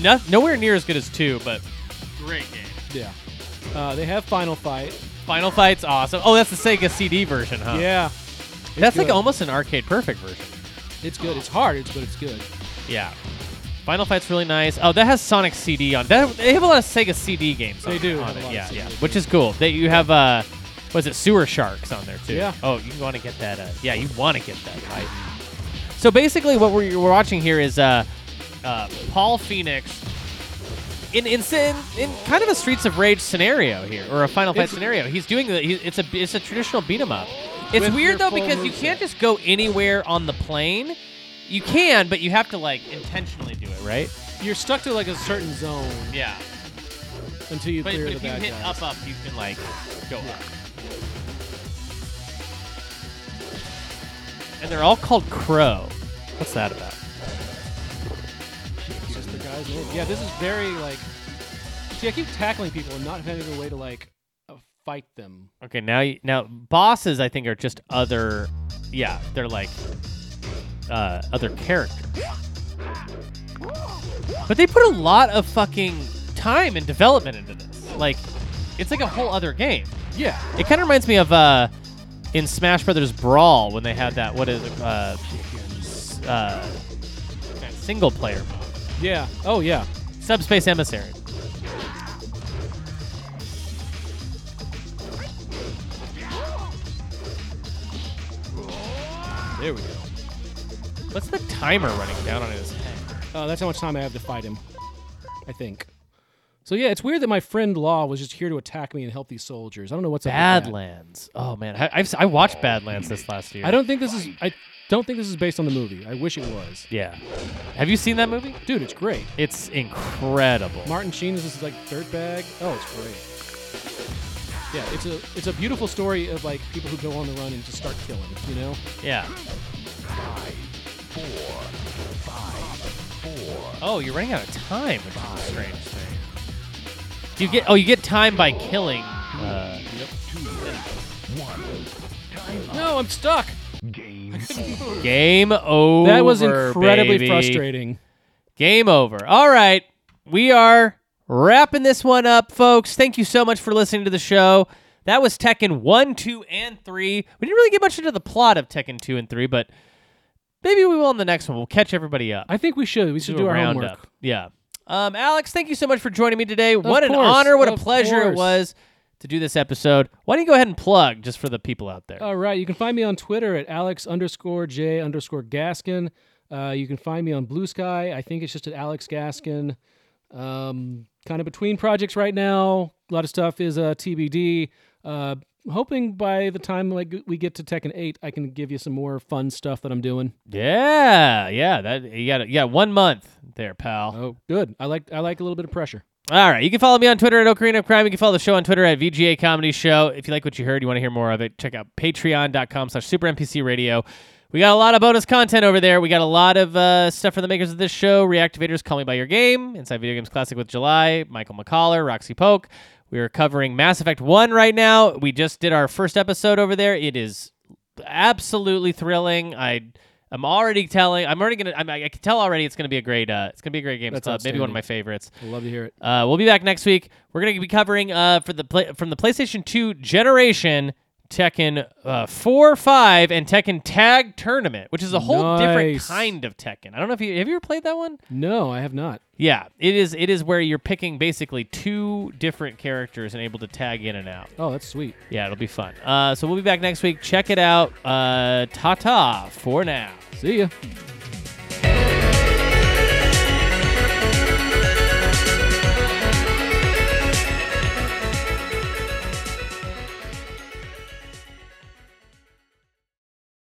Speaker 1: no, nowhere near as good as two, but great game.
Speaker 2: Yeah. Uh, they have Final Fight.
Speaker 1: Final Fight's awesome. Oh, that's the Sega CD version, huh?
Speaker 2: Yeah.
Speaker 1: that's like
Speaker 2: good.
Speaker 1: almost an arcade perfect version.
Speaker 2: It's good. It's hard, it's, but it's good.
Speaker 1: Yeah. Final Fight's really nice. Oh, that has Sonic CD on. That, they have a lot of Sega CD games.
Speaker 2: They
Speaker 1: on,
Speaker 2: do
Speaker 1: on
Speaker 2: have a
Speaker 1: it.
Speaker 2: lot of
Speaker 1: Yeah,
Speaker 2: CD
Speaker 1: yeah.
Speaker 2: games.
Speaker 1: Which is cool. That you have. Uh, was it Sewer Sharks on there too?
Speaker 2: Yeah.
Speaker 1: Oh, you want to get that? Uh, yeah, you want to get that right. So basically, what we're, we're watching here is uh, uh, Paul Phoenix. In, in in in kind of a Streets of Rage scenario here, or a Final Fight
Speaker 2: It's-
Speaker 1: scenario, he's doing the. He, it's a it's a traditional beat 'em up. It's
Speaker 2: With
Speaker 1: weird
Speaker 2: your
Speaker 1: though
Speaker 2: full
Speaker 1: because you
Speaker 2: moveset.
Speaker 1: can't just go anywhere on the plane. You can, but you have to like intentionally do it, right?
Speaker 2: You're stuck to like a certain zone
Speaker 1: Yeah.
Speaker 2: until you
Speaker 1: But,
Speaker 2: clear
Speaker 1: but
Speaker 2: the
Speaker 1: if you
Speaker 2: bad
Speaker 1: hit
Speaker 2: guys.
Speaker 1: up up, you can like go up. And they're all called Crow. What's that about?
Speaker 2: It's just the guy's name. Yeah, this is very like. See, I keep tackling people and not having a way to like uh, fight them.
Speaker 1: Okay, now you, now bosses I think are just other, yeah, they're like uh, other characters. But they put a lot of fucking time and development into this. Like, it's like a whole other game.
Speaker 2: Yeah.
Speaker 1: It kind of reminds me of uh, in Smash Brothers Brawl when they had that what is it, uh, s- uh, that single player mode,
Speaker 2: Yeah. Oh yeah.
Speaker 1: Subspace Emissary.
Speaker 2: There we go.
Speaker 1: What's the timer running down on his head?
Speaker 2: Uh, that's how much time I have to fight him. I think. So yeah, it's weird that my friend Law was just here to attack me and help these soldiers. I don't know what's up with that.
Speaker 1: Badlands. Oh man, I, I've, si watched Badlands this last year.
Speaker 2: I don't think this is. I don't think this is based on the movie. I wish it was.
Speaker 1: Yeah. Have you seen that movie?
Speaker 2: Dude, it's great.
Speaker 1: It's incredible.
Speaker 2: Martin Sheen is this like dirtbag. Oh, it's great. Yeah, it's a it's a beautiful story of like people who go on the run and just start killing. You know.
Speaker 1: yeah. Oh, you're running out of time, which is a strange thing. Do you get? Oh, you get time by killing. Uh,
Speaker 3: Two. One.
Speaker 2: No, I'm stuck.
Speaker 3: Game
Speaker 1: Game over.
Speaker 2: That was incredibly
Speaker 1: baby.
Speaker 2: frustrating.
Speaker 1: Game over. All right. We are wrapping this one up, folks. Thank you so much for listening to the show. That was Tekken 1, 2, and 3. We didn't really get much into the plot of Tekken 2 and 3, but maybe we will in the next one. We'll catch everybody up.
Speaker 2: I think we should. We should do,
Speaker 1: a
Speaker 2: our
Speaker 1: roundup.
Speaker 2: homework.
Speaker 1: Yeah. Um, Alex, thank you so much for joining me today. what an
Speaker 2: course,
Speaker 1: honor, what a
Speaker 2: of
Speaker 1: pleasure it
Speaker 2: course.
Speaker 1: was to do this episode. Why don't you go ahead and plug just for the people out there?
Speaker 2: All right. You can find me on Twitter at Alex underscore J underscore Gaskin. Uh, you can find me on Blue Sky. I think it's just at Alex Gaskin. Um, kind of between projects right now. A lot of stuff is uh, TBD. Uh, hoping by the time like we get to Tekken 8, I can give you some more fun stuff that I'm doing.
Speaker 1: yeah, yeah. That you got yeah, one month there, pal.
Speaker 2: Oh, good. I like I like a little bit of pressure.
Speaker 1: All right. You can follow me on Twitter at Ocarina of Crime. You can follow the show on Twitter at VGA Comedy Show. If you like what you heard, you want to hear more of it, check out patreon.com slash super NPC radio. We got a lot of bonus content over there. We got a lot of uh, stuff from the makers of this show. Reactivators, Call Me By Your Game, Inside Video Games Classic with July, Michael McCollar, Roxy Polk. We are covering Mass Effect 1 right now. We just did our first episode over there. It is absolutely thrilling. I... I'm already telling. I'm already gonna. I'm, I can tell already. It's gonna be a great. Uh, it's gonna be a great games
Speaker 2: That's
Speaker 1: club. Maybe one of
Speaker 2: outstanding.
Speaker 1: my favorites.
Speaker 2: I love to hear it.
Speaker 1: Uh, we'll be back next week. We're going to be covering uh, for the play- from the PlayStation 2 generation Tekken uh, 4, 5, and Tekken Tag Tournament, which is a whole different
Speaker 2: Nice.
Speaker 1: kind of Tekken. I don't know if you have you ever played that one.
Speaker 2: No, I have not.
Speaker 1: Yeah, it is. It is where you're picking basically two different characters and able to tag in and out.
Speaker 2: Oh, that's sweet.
Speaker 1: Yeah, it'll be fun. Uh, so we'll be back next week. Check it out. Uh, ta ta for now.
Speaker 2: See ya.